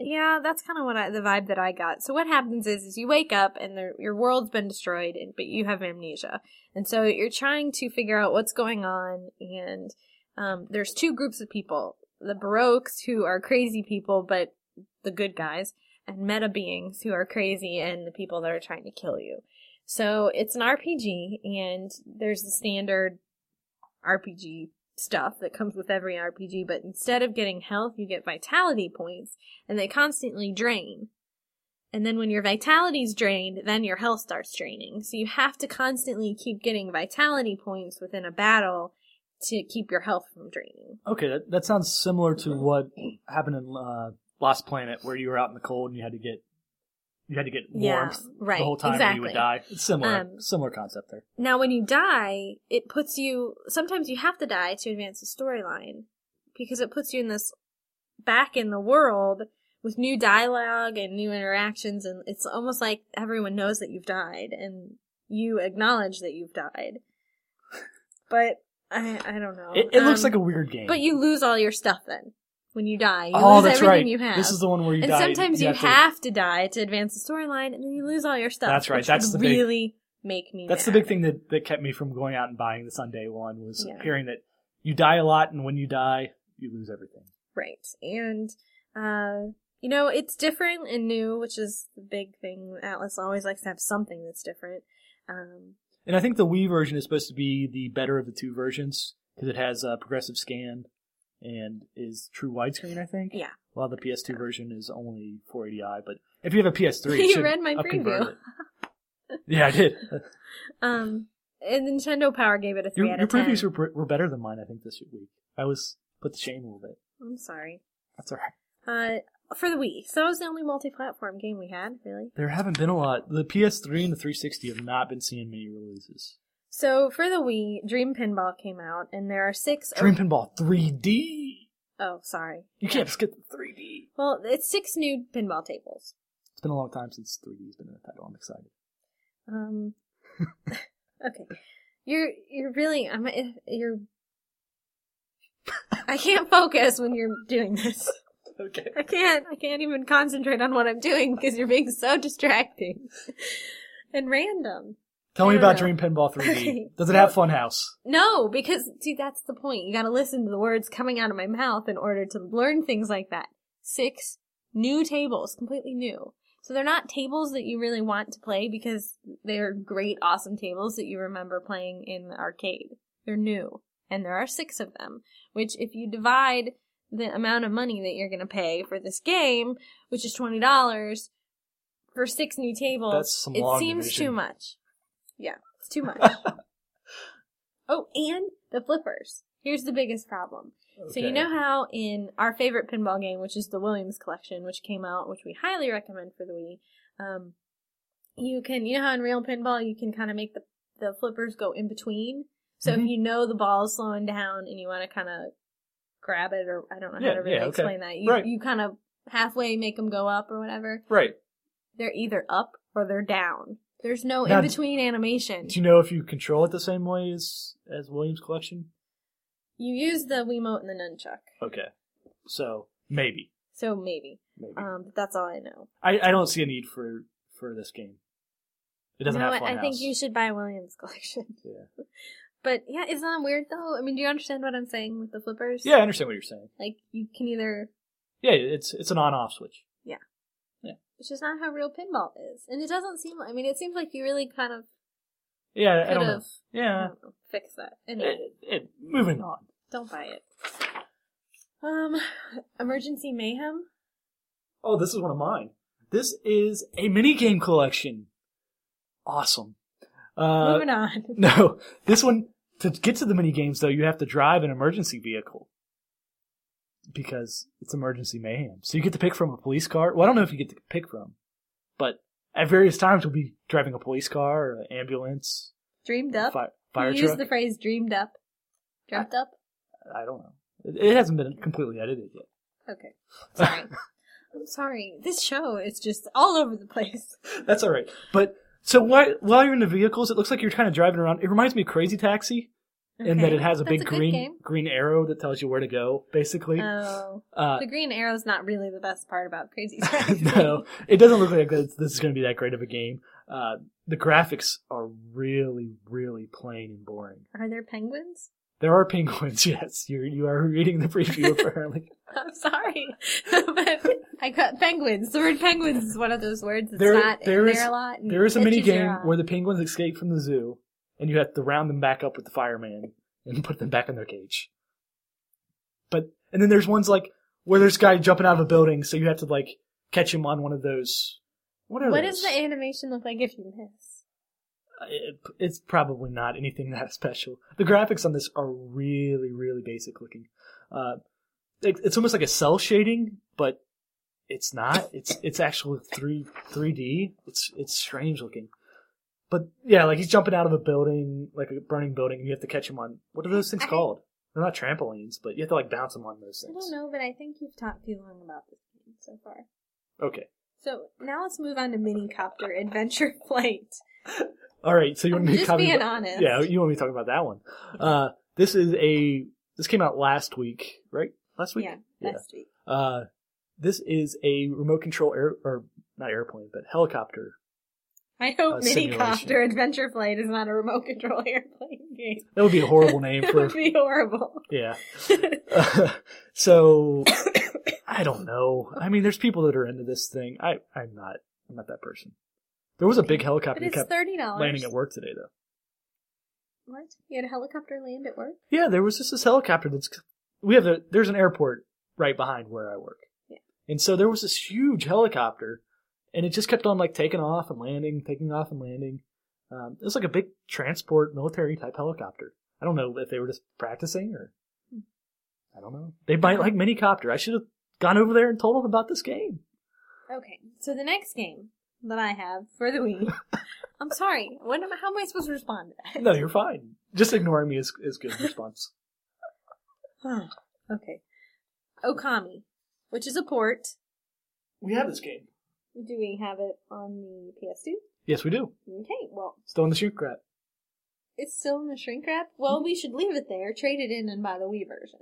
C: Yeah, that's kind of what I, the vibe that I got. So what happens is, is you wake up and the, your world's been destroyed, and, but you have amnesia, and so you're trying to figure out what's going on. And um, there's two groups of people: the Baroques, who are crazy people, but the good guys, and meta beings, who are crazy and the people that are trying to kill you. So it's an RPG, and there's the standard RPG stuff that comes with every RPG, but instead of getting health, you get vitality points and they constantly drain. And then when your vitality's drained, then your health starts draining. So you have to constantly keep getting vitality points within a battle to keep your health from draining.
D: Okay, that, that sounds similar to what happened in uh, Lost Planet, where you were out in the cold and you had to get you had to get
C: Yeah,
D: warmth
C: right,
D: the whole time or you would
C: exactly.
D: die. It's similar,
C: Um,
D: similar concept there.
C: Now when you die, it puts you sometimes you have to die to advance the storyline because it puts you in this back in the world with new dialogue and new interactions and it's almost like everyone knows that you've died and you acknowledge that you've died. But I I don't know.
D: It, it looks
C: Um,
D: like a weird game.
C: But you lose all your stuff then when you die. You
D: oh,
C: lose
D: that's
C: everything
D: right.
C: you have.
D: This is the one where you
C: and
D: die.
C: sometimes you, have,
D: to-
C: to die to advance the storyline, and then you lose all your stuff.
D: That's right.
C: which
D: That's
C: would
D: the big-
C: really make me.
D: That's the
C: mad.
D: big thing that, that kept me from going out and buying this on day one was
C: Yeah.
D: hearing that you die a lot, and when you die, you lose everything.
C: Right. And, uh, you know, it's different and new, which is the big thing. Atlas always likes to have something that's different. Um,
D: And I think the Wii version is supposed to be the better of the two versions because it has a progressive scan and is true widescreen. I think.
C: Yeah.
D: While the PS2 version is only 480i, but if you have a PS3, it
C: You
D: should
C: read my
D: upconvert
C: preview.
D: it. yeah, I did.
C: um, and Nintendo Power gave it a 3
D: Your,
C: out
D: your
C: of
D: previews
C: 10.
D: were, pr- were better than mine. I think this week. I was put to shame a little bit.
C: I'm sorry.
D: That's all right.
C: Uh, for the Wii. So that was the only multi-platform game we had, really.
D: There haven't been a lot. The PS3 and the 360 have not been seeing many releases.
C: So for the Wii, Dream Pinball came out, and there are six.
D: Dream Pinball 3D.
C: Oh, sorry.
D: You can't skip the 3D.
C: Well, it's six new pinball tables.
D: It's been a long time since 3D's been in a title. I'm excited.
C: Um, okay, you're you're really I'm eh, you're. I can't focus when you're doing this.
D: Okay.
C: I can't. I can't even concentrate on what I'm doing because you're being so distracting and random.
D: Tell me
C: I don't
D: about
C: know.
D: Dream Pinball 3D.
C: Okay.
D: Does it have Funhouse?
C: No, because see, that's the point. You got to listen to the words coming out of my mouth in order to learn things like that. Six new tables, completely new. So they're not tables that you really want to play because they're great, awesome tables that you remember playing in the arcade. They're new, and there are six of them. Which, if you divide the amount of money that you're going to pay for this game, which is twenty dollars for six new tables,
D: That's some
C: it
D: long
C: seems
D: division.
C: too much. Yeah, it's too much. Oh, and the flippers. Here's the biggest problem. So you
D: Okay.
C: know how in our favorite pinball game, which is the Williams Collection, which came out, which we highly recommend for the Wii, um, you can you know how in real pinball you can kind of make the the flippers go in between. So
D: Mhm.
C: if you know the ball's slowing down and you want to kind of grab it, or I don't know
D: Yeah,
C: how to really
D: yeah, okay.
C: explain that, you
D: Right.
C: you kind of halfway make them go up or whatever.
D: Right.
C: They're either up or they're down. There's no
D: Now,
C: in between animation.
D: Do you know if you control it the same way as as Williams Collection?
C: You use the Wiimote and the nunchuck.
D: Okay. So maybe.
C: So maybe.
D: Maybe.
C: Um, but that's all I know.
D: I, I don't see a need for for this game. It doesn't
C: you know
D: have
C: what?
D: Funhouse.
C: I think you should buy Williams collection.
D: Yeah.
C: But yeah, isn't that weird though? I mean, do you understand what I'm saying with the flippers?
D: Yeah, I understand what you're saying.
C: Like you can either
D: Yeah, it's it's an on off switch.
C: it's just not how real pinball is. And it doesn't seem I mean, it seems like you really kind of
D: Yeah, I
C: could
D: don't
C: have
D: know. Eh. Yeah.
C: fixed that. Anyway,
D: It, it, moving on.
C: don't buy it. Um Emergency Mayhem?
D: Oh, this is one of mine. This is a mini game collection. Awesome. Uh,
C: Moving on.
D: no, this one to get to the mini games though, you have to drive an emergency vehicle because it's emergency mayhem. So you get to pick from a police car. Well, I don't know if you get to pick from, but at various times you'll be driving a police car, or an ambulance,
C: Dreamed up.
D: fire, fire
C: you use
D: truck.
C: the phrase dreamed up. Dreamt up?
D: I don't know. It, it hasn't been completely edited yet.
C: Okay. Sorry. I'm sorry. This show is just all over the place.
D: That's all right. But so why, while you're in the vehicles, it looks like you're kind of driving around. It reminds me of Crazy Taxi in that
C: Okay.
D: it has a
C: That's
D: big
C: good
D: green
C: game.
D: green arrow that tells you where to go, basically.
C: Oh,
D: Uh,
C: the green arrow's not really the best part about Crazy Taxi.
D: no, it doesn't look like this, this is going to be that great of a game. Uh, the graphics are really, really plain and boring.
C: Are there penguins?
D: There are penguins, yes. You're, you are reading the preview, apparently.
C: I'm sorry, but I got penguins. The word penguins is one of those words that's
D: There-
C: not
D: there
C: in
D: is-
C: there a lot. and
D: there is a
C: catches
D: mini
C: your uh,
D: game
C: eye.
D: where the penguins escape from the zoo, and you have to round them back up with the fireman and put them back in their cage. But, and then there's ones like where there's a guy jumping out of a building, so you have to like catch him on one of those. What are
C: what
D: those?
C: does the animation look like if you miss?
D: it, it's probably not anything that special. The graphics on this are really, really basic looking. Uh, it, it's almost like a cell shading, but it's not. It's it's actual three three D. It's it's strange looking. But yeah, like he's jumping out of a building, like a burning building, and you have to catch him on what are those things
C: I-
D: called? They're not trampolines, but you have to like bounce him on those
C: I
D: things.
C: don't know, but I think you've talked too long about this game so far.
D: Okay.
C: So now let's move on to Minicopter Adventure Flight.
D: All right, so you want
C: I'm
D: me to
C: just
D: copy
C: being
D: about-
C: honest.
D: Yeah, you want me to talk about that one. Uh, this is a this came out last week, right? Last week.
C: Yeah,
D: Yeah.
C: last week.
D: Uh, this is a remote control air or not airplane, but helicopter.
C: I hope
D: A simulation.
C: Minicopter Adventure Flight is not a remote control airplane game.
D: That would be a horrible name
C: It
D: for
C: would be horrible.
D: yeah. so I don't know. I mean, there's people that are into this thing. I I'm not. I'm not that person. There was a big helicopter
C: But
D: that
C: it's
D: kept
C: thirty dollars.
D: landing at work today, though.
C: What? You had a helicopter land at work?
D: Yeah, there was just this helicopter that's we have a there's an airport right behind where I work.
C: Yeah.
D: And so there was this huge helicopter and it just kept on like taking off and landing, taking off and landing. Um, it was like a big transport military type helicopter. I don't know if they were just practicing or I don't know. They might like minicopter. I should have gone over there and told them about this game.
C: Okay. So the next game that I have for the Wii. I'm sorry. What am I, how am I supposed to respond to
D: No, you're fine. Just ignoring me is is good response.
C: that? okay. Okami, which is a port.
D: We have this game.
C: Do we have it on the PS2?
D: Yes, we do.
C: Okay, well,
D: Still in the shoot crap.
C: it's still in the shrink wrap. Well, we should leave it there, trade it in, and buy the Wii version.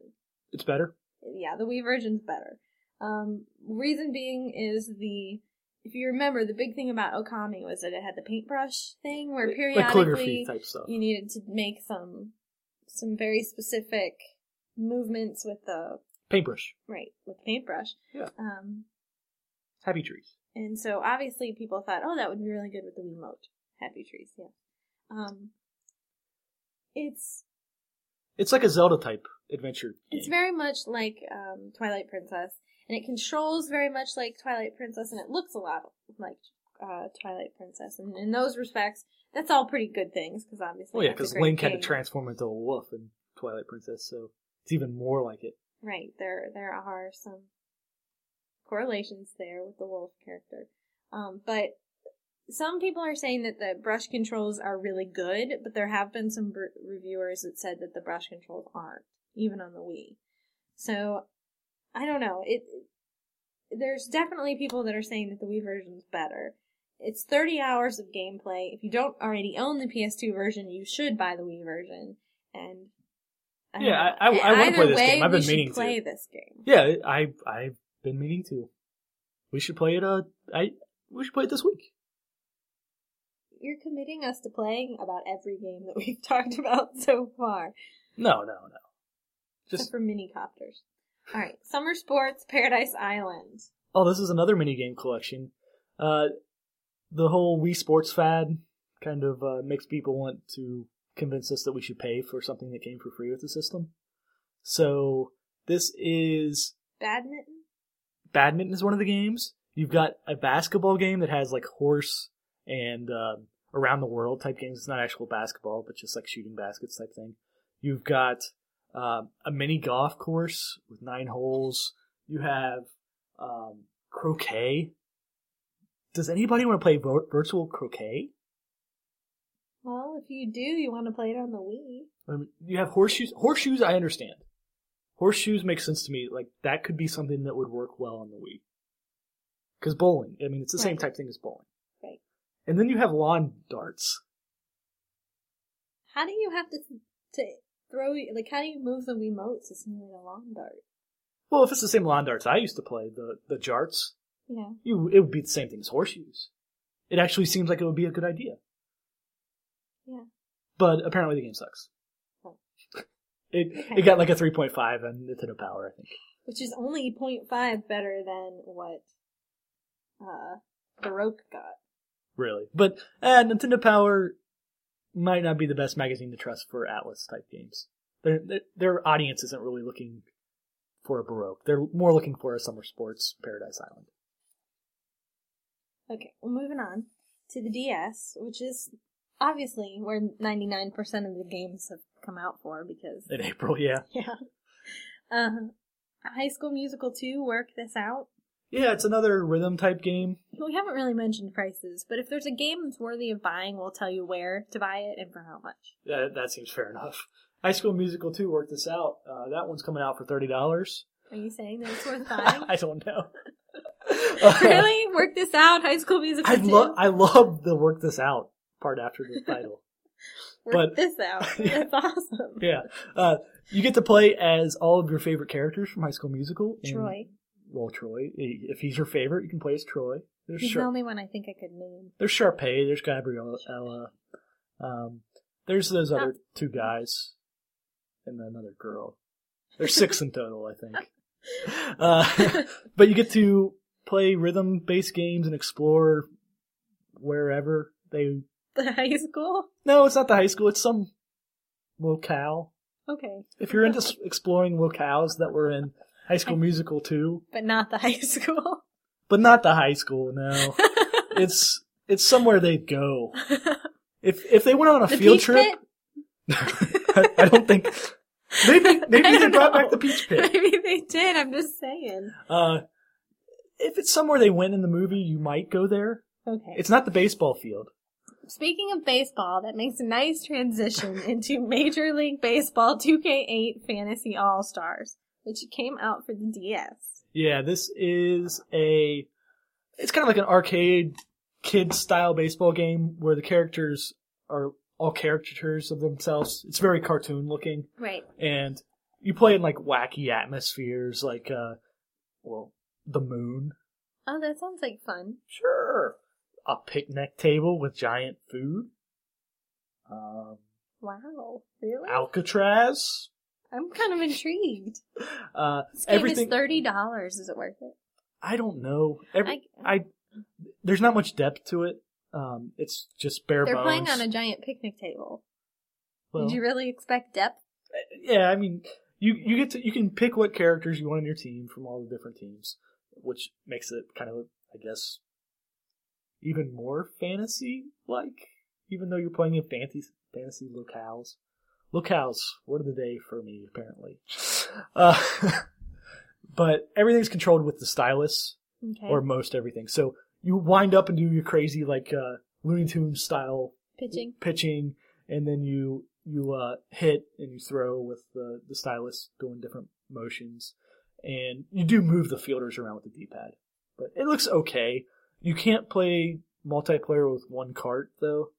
D: It's better.
C: Yeah, the Wii version's better. Um, reason being is the if you remember, the big thing about Okami was that it had the paintbrush thing where
D: Like calligraphy
C: periodically
D: type stuff.
C: you needed to make some some very specific movements with the
D: Paintbrush.
C: right with paintbrush.
D: Yeah.
C: Um,
D: Happy trees.
C: and so obviously people thought, oh, that would be really good with the Wiimote. Happy trees, yeah. Um, it's
D: It's like a Zelda type adventure.
C: It's
D: game.
C: very much like um, Twilight Princess, and it controls very much like Twilight Princess, and it looks a lot like uh, Twilight Princess. And in those respects, that's all pretty good things because obviously,
D: Well, Oh, yeah,
C: it's a
D: because
C: great
D: Link had to
C: game.
D: transform into a wolf in Twilight Princess, so it's even more like it.
C: Right there, there are some correlations there with the wolf character, um, but some people are saying that the brush controls are really good, but there have been some br- reviewers that said that the brush controls aren't, even on the Wii. So I don't know. It there's definitely people that are saying that the Wii version's better. It's 30 hours of gameplay. If you don't already own the PS2 version, you should buy the Wii version. And I don't
D: Yeah,
C: know.
D: I- I- I wanna
C: Either
D: play this
C: way,
D: game. I've
C: we
D: been
C: should
D: meaning to.
C: play this game.
D: Yeah, I I've been meaning to. We should play it. Uh, I we should play it this week.
C: You're committing us to playing about every game that we've talked about so far,
D: No, no, no.
C: except
D: Just
C: for minicopters. All right, summer sports, Paradise Island.
D: oh, this is another minigame collection. Uh, the whole Wii Sports fad kind of uh, makes people want to convince us that we should pay for something that came for free with the system. So this is
C: Badminton.
D: badminton is one of the games. You've got a basketball game that has like horse and um, around the world type games. It's not actual basketball, but just like shooting baskets type thing. You've got um, a mini golf course with nine holes. You have um, croquet. Does anybody want to play vo- virtual croquet?
C: Well, if you do, you want to play it on the Wii.
D: Um, You have horseshoes. Horseshoes, I understand. Horseshoes make sense to me. Like that could be something that would work well on the Wii. Because bowling, I mean, it's the same
C: Right.
D: type thing as bowling.
C: Right.
D: And then you have lawn darts.
C: How do you have to to throw like how do you move the Wiimote to simulate a long dart?
D: Well, if it's the same lawn darts I used to play, the the jarts,
C: Yeah.
D: you it would be the same thing as horseshoes. It actually seems like it would be a good idea.
C: Yeah.
D: But apparently the game sucks.
C: Oh.
D: It
C: Okay.
D: it got like a three point five on Nintendo Power, I think.
C: Which is only 0.5 better than what uh Baroque got.
D: really. But uh, Nintendo Power might not be the best magazine to trust for Atlas type games. Their their- their audience isn't really looking for a Baroque. They're more looking for a Summer Sports Paradise Island.
C: Okay, well moving on to the DS, which is obviously where 99% of the games have come out for because
D: In April, yeah,
C: yeah. Uh High School Musical 2 work this out.
D: yeah, it's another rhythm type game.
C: We haven't really mentioned prices, but if there's a game that's worthy of buying, we'll tell you where to buy it and for how much.
D: That Uh, that seems fair enough. High School Musical two worked this out. Uh, that one's coming out for thirty dollars.
C: Are you saying that it's worth buying?
D: I don't know. Uh,
C: really? Work this out, High School Musical.
D: I
C: too?
D: love I love the work this out part after the title.
C: Work
D: but-
C: this out.
D: Yeah.
C: That's awesome.
D: Yeah. Uh, you get to play as all of your favorite characters from High School Musical. and-
C: Troy.
D: well, Troy. If he's your favorite, you can play as Troy. There's
C: He's the
D: Shar-
C: only one I think I could name.
D: there's Sharpay. There's Gabriella. Um, there's those other
C: Oh.
D: two guys, and another girl. There's six in total, I think. Uh, but you get to play rhythm-based games and explore wherever they.
C: The high school?
D: No, it's not the high school. It's some locale.
C: Okay.
D: If you're into s- exploring locales that were in High School Musical too,
C: But not the high school.
D: but not the high school. No, it's it's somewhere they go. If if they went on a
C: the
D: field
C: Peach
D: trip,
C: Pit?
D: I, I don't think maybe maybe
C: I
D: they
C: don't
D: brought back
C: know.
D: the peach pit.
C: Maybe they did, I'm just saying.
D: Uh, if it's somewhere they went in the movie, you might go there.
C: Okay.
D: It's not the baseball field.
C: Speaking of baseball, that makes a nice transition into Major League Baseball 2K8 Fantasy All Stars, which came out for the DS.
D: Yeah, this is a. It's kind of like an arcade kid style baseball game where the characters are all caricatures of themselves. It's very cartoon looking,
C: Right.
D: and you play in like wacky atmospheres, like uh, well, the moon.
C: Oh, that sounds like fun.
D: Sure. A picnic table with giant food. Um,
C: Wow. Really?
D: Alcatraz.
C: I'm kind of intrigued.
D: Uh,
C: This game
D: everything.
C: is thirty dollars. Is it worth it?
D: I don't know. Every,
C: I-
D: I, there's not much depth to it. Um, it's just bare
C: They're
D: bones.
C: playing on a giant picnic table.
D: Well,
C: Did you really expect depth?
D: yeah, I mean, you you get to you can pick what characters you want in your team from all the different teams, which makes it kind of I guess even more fantasy like, even though you're playing in fantasy fantasy locales. Locales, word of the day for me apparently. Uh, but everything's controlled with the stylus,
C: Okay.
D: or most everything. So you wind up and do your crazy like uh, Looney Tunes style
C: Pitching.
D: pitching, and then you you uh, hit and you throw with the the stylus doing different motions, and you do move the fielders around with the D pad. But it looks okay. You can't play multiplayer with one cart though,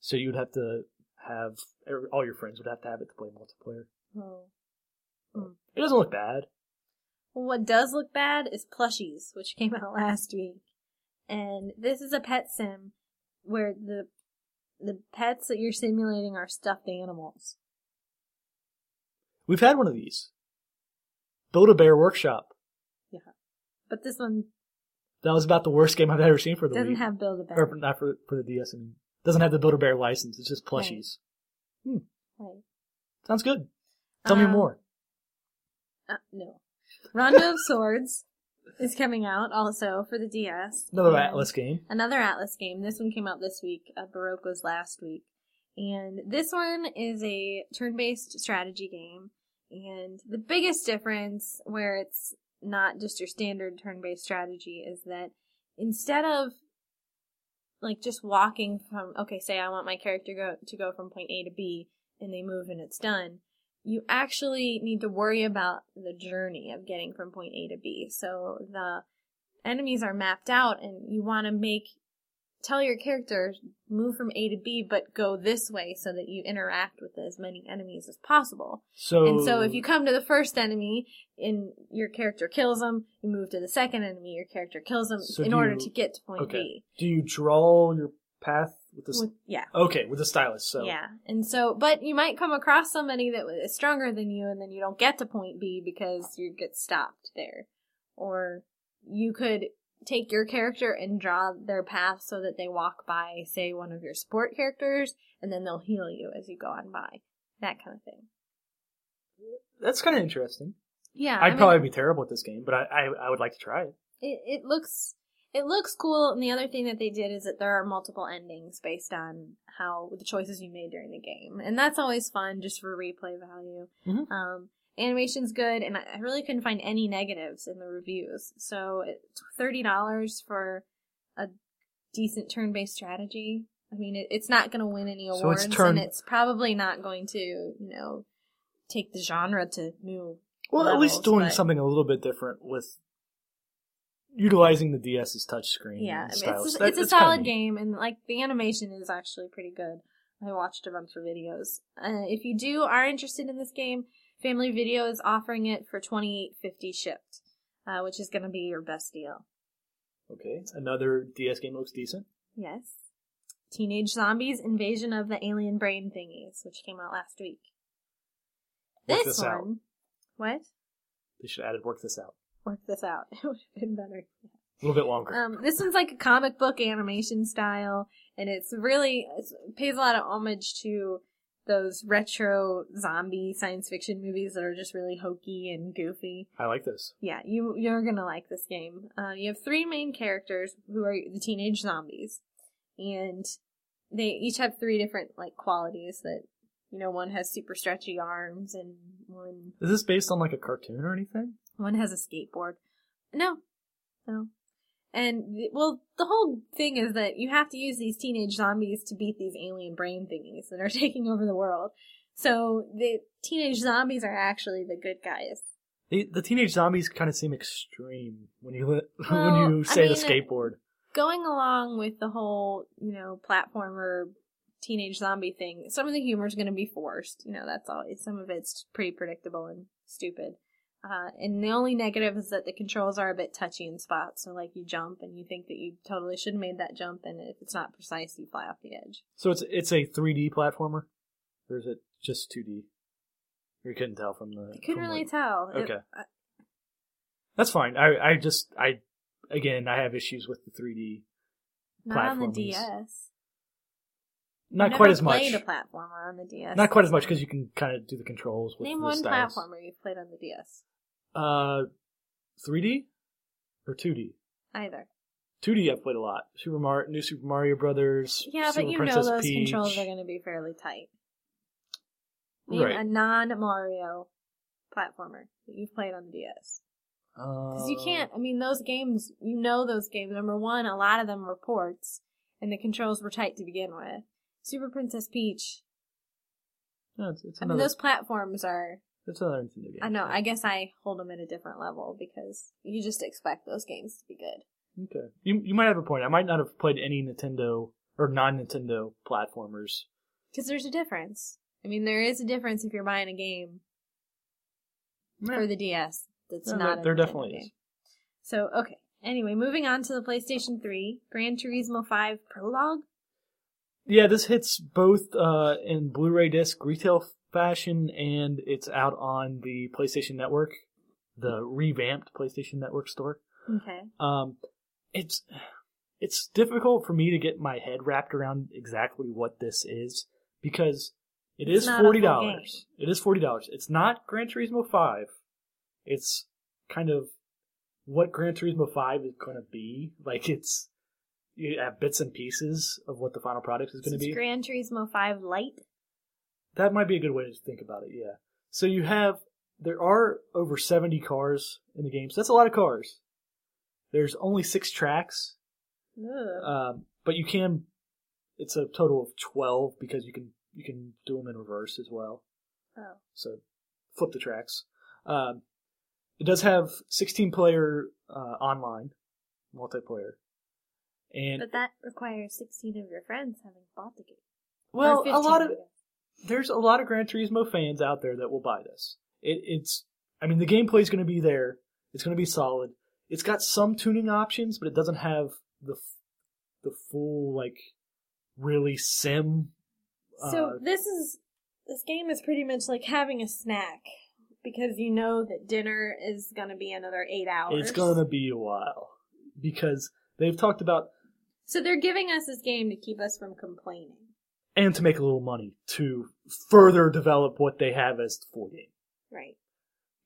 D: so you'd have to have every- all your friends would have to have it to play multiplayer.
C: Oh.
D: It doesn't look bad.
C: Well, what does look bad is plushies, which came out last week, and this is a pet sim where the the pets that you're simulating are stuffed animals.
D: We've had one of these. Build a Bear Workshop.
C: But this one
D: That was about the worst game I've ever seen for the
C: doesn't
D: Wii.
C: have Build a Bear.
D: or not for for the DS and E. doesn't have the Builder Bear license. It's just
C: Right.
D: plushies.
C: Right.
D: Sounds good. Tell me
C: Um,
D: more.
C: Uh, no. Rondo of Swords is coming out also for the DS.
D: Another
C: And
D: Atlas game.
C: Another Atlas game. This one came out this week. Uh, Baroque was last week. And this one is a turn based strategy game. And the biggest difference, where it's not just your standard turn based strategy, is that instead of like just walking from, okay, say I want my character go, to go from point A to B and they move and it's done, you actually need to worry about the journey of getting from point A to B. So the enemies are mapped out and you want to make tell your character move from A to B but go this way so that you interact with as many enemies as possible.
D: So
C: And so if you come to the first enemy and your character kills them, you move to the second enemy, your character kills them
D: So
C: in
D: do
C: order
D: you-
C: to get to point
D: okay.
C: B.
D: do you draw your path with this?
C: With, yeah.
D: okay, with the stylus. So
C: Yeah. And so, but you might come across somebody that is stronger than you, and then you don't get to point B because you get stopped there. Or you could take your character and draw their path so that they walk by, say, one of your support characters, and then they'll heal you as you go on by. That kind of thing.
D: that's kind of interesting.
C: Yeah.
D: I'd
C: I mean,
D: probably be terrible at this game, but I, I I would like to try it.
C: it, it looks it looks cool and the other thing that they did is that there are multiple endings based on how the choices you made during the game and that's always fun just for replay value
D: Mhm.
C: um, animation's good and i I really couldn't find any negatives in the reviews so it's $30 for a decent turn-based strategy i mean it, it's not going to win any
D: So it's
C: awards
D: turn-
C: and it's probably not going to you know take the genre to new
D: Well, at least
C: levels,
D: doing
C: but-
D: something a little bit different with utilizing the DS's touchscreen.
C: Yeah, I mean,
D: stylus.
C: it's,
D: That-
C: it's a
D: that's kinda
C: solid
D: neat.
C: game, and like the animation is actually pretty good. I watched a bunch of videos. Uh, if you do are interested in this game, Family Video is offering it for twenty eight fifty shipped, uh, which is going to be your best deal.
D: Okay, another DS game looks decent.
C: Yes, Teenage Zombies: Invasion of the Alien Brain Thingies, which came out last week.
D: Work this out.
C: one, what?
D: They should have added work this out
C: Work this out. it would have been better.
D: a little bit longer.
C: Um, this one's like a comic book animation style, and it's really it's, it pays a lot of homage to those retro zombie science fiction movies that are just really hokey and goofy.
D: I like this.
C: Yeah, you you're gonna like this game. Uh, you have three main characters who are the teenage zombies, and they each have three different like qualities that you know one has super stretchy arms and one
D: Is this based on like a cartoon or anything?
C: one has a skateboard. No. No. And, th- well, the whole thing is that you have to use these teenage zombies to beat these alien brain thingies that are taking over the world. So the teenage zombies are actually the good guys.
D: They, the teenage zombies kind of seem extreme when you li-
C: Well,
D: when you
C: I
D: say the
C: mean,
D: skateboard.
C: Going along with the whole, you know, platformer teenage zombie thing, some of the humor is going to be forced. You know, that's all. Some of it's pretty predictable and stupid. Uh, and the only negative is that the controls are a bit touchy in spots. So, like, you jump and you think that you totally should have made that jump, and if it's not precise, you fly off the edge.
D: So it's it's a 3D platformer, or is it just 2D? You couldn't tell from the.
C: I couldn't
D: from
C: really
D: what-
C: tell. It- uh,
D: Okay.
C: I-
D: That's fine. I I just I again I have issues with the 3D.
C: not on the
D: Platformers.
C: DS.
D: Not
C: I've
D: quite
C: never
D: as much.
C: Played a platformer on the DS.
D: Not quite as much because you can kind of do the controls with
C: Name
D: the
C: one
D: styles.
C: platformer you've played on the DS.
D: Uh, 3D or 2D.
C: Either.
D: 2D I've played a lot. Super Mario, New Super Mario Brothers.
C: Yeah,
D: Super
C: but you
D: Princess
C: know those
D: Peach.
C: controls are going to be fairly tight. Name
D: Right.
C: a non Mario platformer that you've played on the DS. Because you
D: Uh,
C: can't, I mean, those games, you know those games. Number one, a lot of them were ports, and the controls were tight to begin with. Super Princess Peach.
D: No, it's, it's
C: I
D: another.
C: mean, those platforms are
D: It's another Nintendo game.
C: I know. I guess I hold them at a different level because you just expect those games to be good.
D: Okay. You you might have a point. I might not have played any Nintendo or non Nintendo platformers.
C: Because there's a difference. I mean, there is a difference if you're buying a game for the DS that's
D: No,
C: not.
D: there-
C: a Nintendo
D: there definitely
C: game.
D: is.
C: So okay. Anyway, moving on to the PlayStation 3, Gran Turismo 5 Prologue.
D: Yeah, this hits both uh, in Blu-ray disc retail fashion, and it's out on the PlayStation Network, the revamped PlayStation Network store.
C: Okay.
D: Um, it's it's difficult for me to get my head wrapped around exactly what this is because it
C: It's
D: is
C: not a full
D: forty dollars. It is forty dollars. It's not Gran Turismo Five. It's kind of what Gran Turismo Five is going to be. Like it's you have bits and pieces of what the final product is going to
C: This is
D: be.
C: Gran Turismo 5 Lite.
D: That might be a good way to think about it. Yeah. So you have there are over seventy cars in the game. So that's a lot of cars. There's only six tracks
C: Ugh.
D: um, but you can. It's a total of twelve because you can you can do them in reverse as well.
C: oh.
D: So flip the tracks. Um, it does have sixteen player uh, online multiplayer, and
C: But that requires 16 of your friends having bought the game.
D: well,
C: Or
D: a lot
C: 15
D: of there's a lot of Gran Turismo fans out there that will buy this. It, it's I mean the gameplay is going to be there. It's going to be solid. It's got some tuning options, but it doesn't have the f- the full like really sim
C: So
D: Uh,
C: this is this game is pretty much like having a snack because you know that dinner is going to be another 8 hours.
D: It's going to be a while because they've talked about
C: So they're giving us this game to keep us from complaining.
D: and to make a little money to further develop what they have as the full game
C: Right.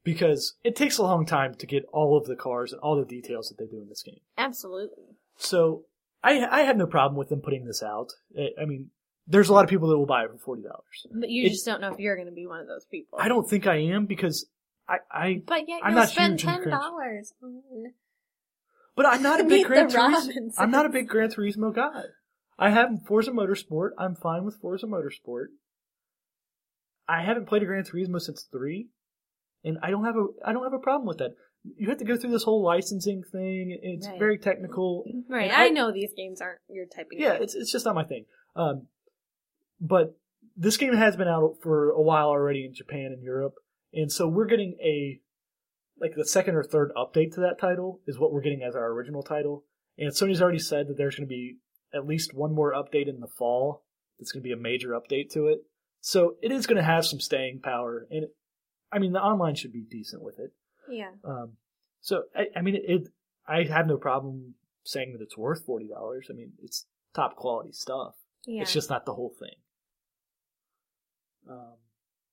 D: because it takes a long time to get all of the cars and all the details that they do in this game.
C: Absolutely.
D: So I I had no problem with them putting this out. I, I mean, there's a lot of people that will buy it for forty dollars.
C: But you
D: It-
C: just don't know if you're going to be one of those people.
D: I don't think I am because I I
C: But yet
D: I'm
C: you'll
D: not
C: spend
D: huge in
C: ten
D: Grand-
C: dollars on
D: but I'm not a big
C: Meet
D: Gran
C: the
D: Turismo.
C: Robinsons.
D: I'm not a big Gran Turismo guy. I have Forza Motorsport. I'm fine with Forza Motorsport. I haven't played a Gran Turismo since three, and I don't have a I don't have a problem with that. You have to go through this whole licensing thing. and It's
C: Right. Mm-hmm.
D: very technical.
C: Right.
D: And
C: I, know these games aren't your type of
D: yeah,
C: game.
D: it's it's just not my thing. Um, but this game has been out for a while already in Japan and Europe, and so we're getting a like the second or third update to that title is what we're getting as our original title. And Sony's already said that there's going to be at least one more update in the fall. That's going to be a major update to it. So it is going to have some staying power, and I mean the online should be decent with it.
C: Yeah.
D: Um, so I, I mean, it. I have no problem saying that it's worth forty dollars. I mean, it's top quality stuff.
C: Yeah.
D: It's just not the whole thing. Um,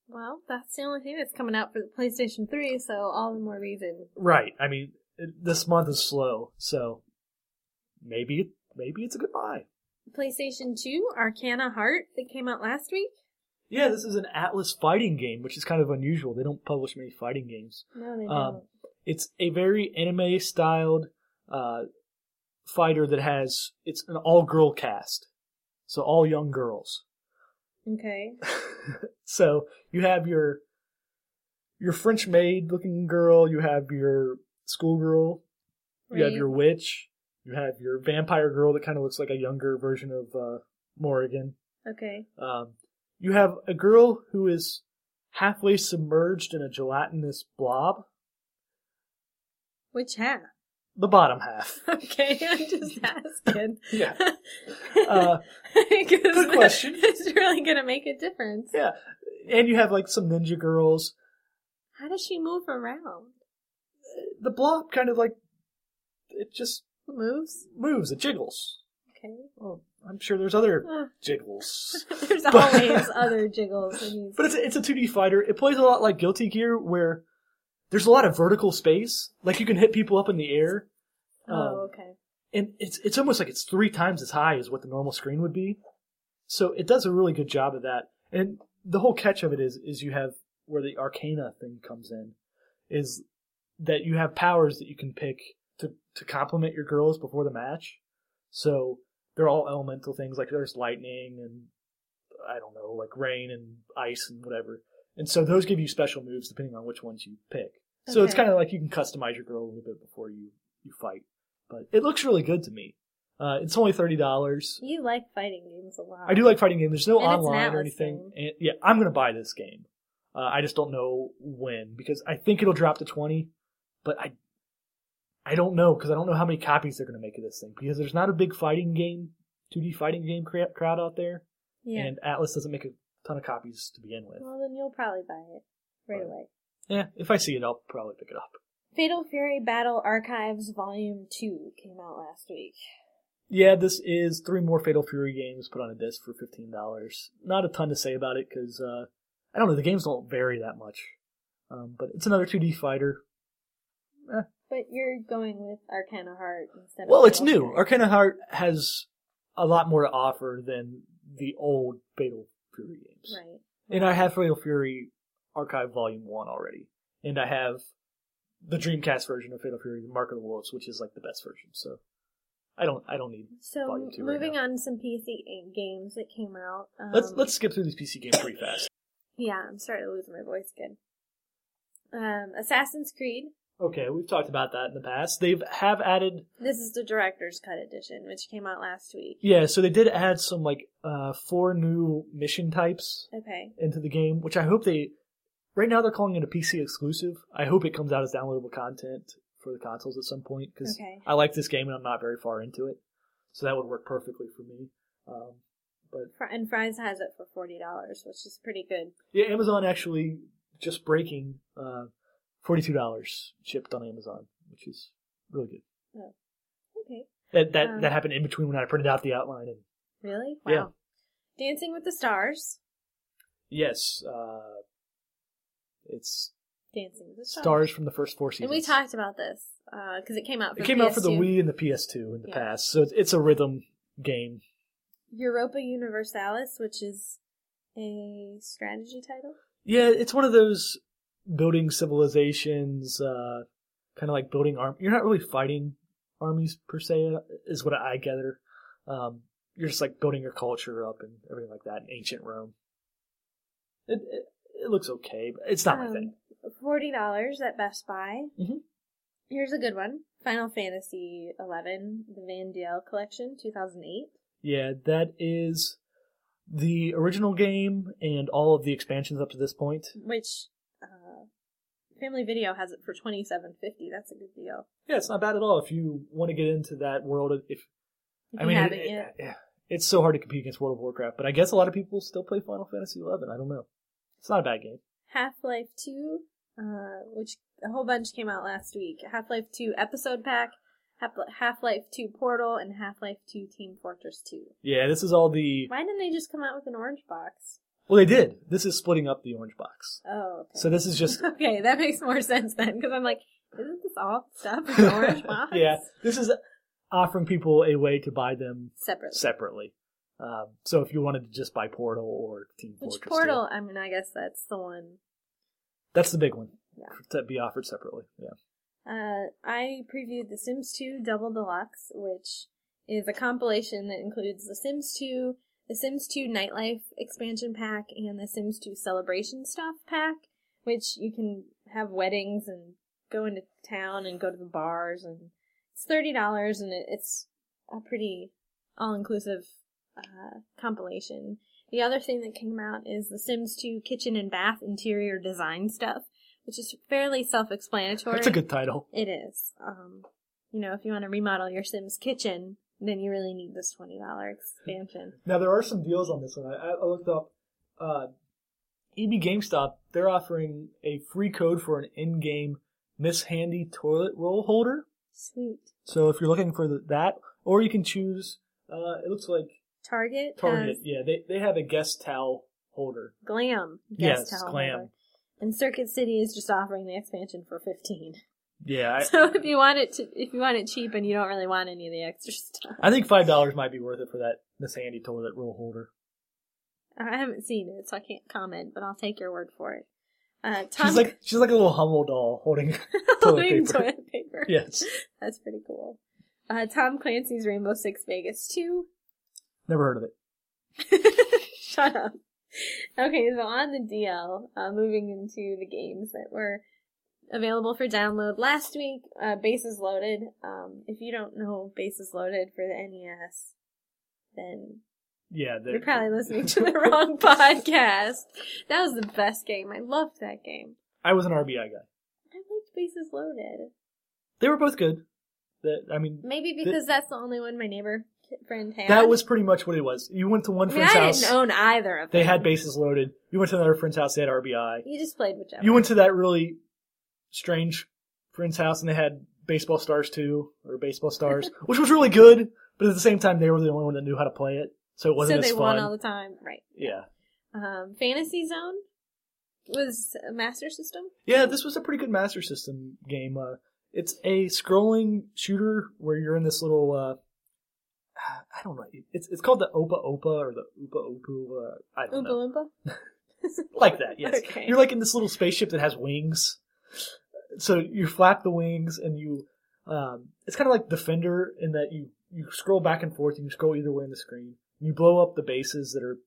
C: well, that's the only thing that's coming out for the PlayStation 3, so all the more reason.
D: right. I mean, it, this month is slow, so maybe maybe it's a good buy.
C: PlayStation 2, Arcana Heart, that came out last week.
D: Yeah, this is an Atlas fighting game, which is kind of unusual. They don't publish many fighting games.
C: No, they
D: Um, it's a very anime styled uh, fighter that has it's an all girl cast, so all young girls.
C: don't. Okay.
D: so you have your your French maid looking girl, you have your schoolgirl, you have
C: Right.
D: your witch, you have your vampire girl that kind of looks like a younger version of uh, Morrigan.
C: Okay.
D: Um, you have a girl who is halfway submerged in a gelatinous blob,
C: Which half?
D: the bottom half.
C: Okay, I'm just asking.
D: Yeah. Uh,
C: Good
D: question.
C: It's really gonna make a difference.
D: yeah. And you have like some ninja girls.
C: How does she move around?
D: The blob kind of like it just
C: Moves?
D: moves, it jiggles.
C: Okay.
D: Well, I'm sure there's other
C: Uh,
D: jiggles.
C: there's always other jiggles in these.
D: But it's a, it's a 2D fighter. It plays a lot like Guilty Gear, where there's a lot of vertical space. Like you can hit people up in the air, um,
C: oh, okay.
D: and it's it's almost like it's three times as high as what the normal screen would be. So it does a really good job of that. And the whole catch of it is is you have where the Arcana thing comes in, is that you have powers that you can pick to to complement your girls before the match. So they're all elemental things. Like there's lightning and I don't know, like rain and ice and whatever. And so those give you special moves depending on which ones you pick. So it's
C: Okay.
D: kind of like you can customize your girl a little bit before you you fight. But it looks really good to me. Uh, it's only thirty dollars.
C: You like fighting games a lot.
D: I do like fighting games. There's no
C: And it's an
D: online or
C: Atlas
D: anything. And, yeah, I'm gonna buy this game. Uh, I just don't know when because I think it'll drop to twenty, but I I don't know because I don't know how many copies they're gonna make of this thing because there's not a big fighting game, 2D fighting game cra- crowd out there,
C: Yeah.
D: and Atlas doesn't make a ton of copies to begin with.
C: well, then you'll probably buy it right
D: Right.
C: away.
D: Yeah, if I see it, I'll probably pick it up.
C: Fatal Fury Battle Archives Volume 2 came out last week.
D: Yeah, this is three more Fatal Fury games put on a disc for fifteen dollars. Not a ton to say about it because uh, I don't know the games don't vary that much. Um, but it's another 2D fighter.
C: But you're going with Arcana Heart instead of.
D: Well, it's
C: Fatal
D: new.
C: Fury.
D: Arcana Heart has a lot more to offer than the old Fatal Fury games.
C: Right.
D: And I have Fatal Fury Archive Volume One already, and I have the Dreamcast version of Fatal Fury, the Mark of the Wolves, which is like the best version. So I don't, I don't need.
C: So,
D: Volume two right
C: moving
D: now.
C: on to some PC games that came out. Um,
D: Let's let's skip through these PC games pretty fast.
C: Yeah, I'm starting to lose my voice again. Um, Assassin's Creed.
D: Okay, we've talked about that in the past. They've have added
C: This is the director's cut edition, which came out last week.
D: yeah, so they did add some like uh four new mission types
C: Okay.
D: into the game, which I hope they right now they're calling it a PC exclusive. I hope it comes out as downloadable content for the consoles at some point cuz
C: Okay.
D: I like this game and I'm not very far into it. So that would work perfectly for me. Um but
C: Fr- And Fry's has it for $40, which is pretty good.
D: yeah, Amazon actually just breaking uh $42 shipped on Amazon, which is really good.
C: Okay.
D: That that,
C: Um,
D: that happened in between when I printed out the outline and
C: Really?
D: Yeah.
C: Wow. Dancing with the Stars.
D: Yes, uh, it's
C: Dancing with the Stars.
D: stars from the first four seasons.
C: And we talked about this because it came out. For
D: It came out for the
C: PS2.
D: Wii and the PS2 in the
C: Yeah.
D: past, so it's, it's a rhythm game.
C: Europa Universalis, which is a strategy title.
D: Yeah, it's one of those building civilizations, uh, kind of like building arm. You're not really fighting armies per se, uh, is what I gather. Um, you're just like building your culture up and everything like that in ancient Rome. It it, it looks okay, but it's not my
C: Um,
D: thing.
C: Forty dollars at Best Buy.
D: Mhm.
C: Here's a good one: Final Fantasy Eleven, the Van Dale Collection, two thousand eight.
D: Yeah, that is the original game and all of the expansions up to this point.
C: Which uh, Family Video has it for twenty seven fifty. That's a good deal.
D: Yeah, it's not bad at all if you want to get into that world. Of, if
C: If
D: I
C: you
D: mean,
C: haven't
D: it-
C: yet.
D: yeah, it's so hard to compete against World of Warcraft, but I guess a lot of people still play Final Fantasy Eleven. I don't know. It's not a bad game.
C: Half Life Two, uh, which a whole bunch came out last week. Half Life Two Episode Pack, Half Life Two Portal, and Half Life Two Team Fortress Two.
D: Yeah, this is all the.
C: Why didn't they just come out with an orange box?
D: Well, they did. This is splitting up the orange box.
C: Oh, okay.
D: So this is just.
C: okay, that makes more sense then, because I'm like, isn't this all stuff in an orange box?
D: yeah, this is offering people a way to buy them
C: Separately.
D: separately. Um, so if you wanted to just buy Portal or Team
C: Which
D: Fortress, 2,
C: portal? I mean, I guess that's the one.
D: that's the big one
C: Yeah.
D: to be offered separately. Yeah.
C: Uh, I previewed The Sims 2 Double Deluxe, which is a compilation that includes The Sims 2, The Sims 2 Nightlife expansion pack, and The Sims 2 Celebration Stuff pack, which you can have weddings and go into town and go to the bars and it's thirty dollars and it, it's a pretty all inclusive uh, compilation. The other thing that came out is The Sims 2 kitchen and bath interior design stuff, which is fairly self-explanatory.
D: That's a good title.
C: It is. Um, you know, if you want to remodel your Sims kitchen, then you really need this twenty dollar expansion.
D: Now there are some deals on this one. I, I looked up uh, EB GameStop. They're offering a free code for an in-game Miss Handy toilet roll holder.
C: Sweet.
D: So if you're looking for the, that, or you can choose. Uh, it looks like
C: Target.
D: Target.
C: has
D: Yeah, they they have a guest towel holder.
C: Glam.
D: Yes,
C: guest towel
D: Glam.
C: holder. And Circuit City is just offering the expansion for fifteen.
D: Yeah, I,
C: so if you want it, to, if you want it cheap and you don't really want any of the extra stuff,
D: I think five dollars might be worth it for that Miss Handy toilet roll holder.
C: I haven't seen it, so I can't comment. But I'll take your word for it. Uh, Tom
D: She's like she's like a little Hummel doll holding.
C: holding
D: paper.
C: toilet paper.
D: yes,
C: That's pretty cool. Uh, Tom Clancy's Rainbow Six Vegas 2.
D: never heard of it.
C: Shut up. Okay, so on the DL, uh, moving into the games that were available for download last week, uh, Bases Loaded. Um, if you don't know Bases Loaded for the NES, then
D: Yeah,
C: you're probably listening to the wrong podcast. That was the best game. I loved that game.
D: I was an RBI guy.
C: I liked Bases Loaded.
D: They were both good. That I mean,
C: Maybe because that's the only one my neighbor friend had.
D: that was pretty much what it was. You went to one
C: I mean,
D: friend's
C: I
D: house.
C: didn't own either of them.
D: They had bases loaded. You went to another friend's house. They had RBI.
C: You just played whichever.
D: You went to that really strange friend's house, and they had baseball stars too, or baseball stars, which was really good. But at the same time, they were the only one that knew how to play it, so it wasn't
C: so they
D: as
C: won
D: fun.
C: all the time, right?
D: yeah,
C: Um, Fantasy Zone was a Master System.
D: yeah. This was a pretty good Master System game. Uh, it's a scrolling shooter where you're in this little. Uh, I don't know. It's it's called the Opa Opa or the Oopa Opu. Uh, I
C: Oompa
D: don't know.
C: Loompa.
D: like that. Yes,
C: Okay.
D: you're like in this little spaceship that has wings. So you flap the wings, and you. Um, it's kind of like Defender in that you you scroll back and forth, and you scroll either way on the screen. You blow up the bases that are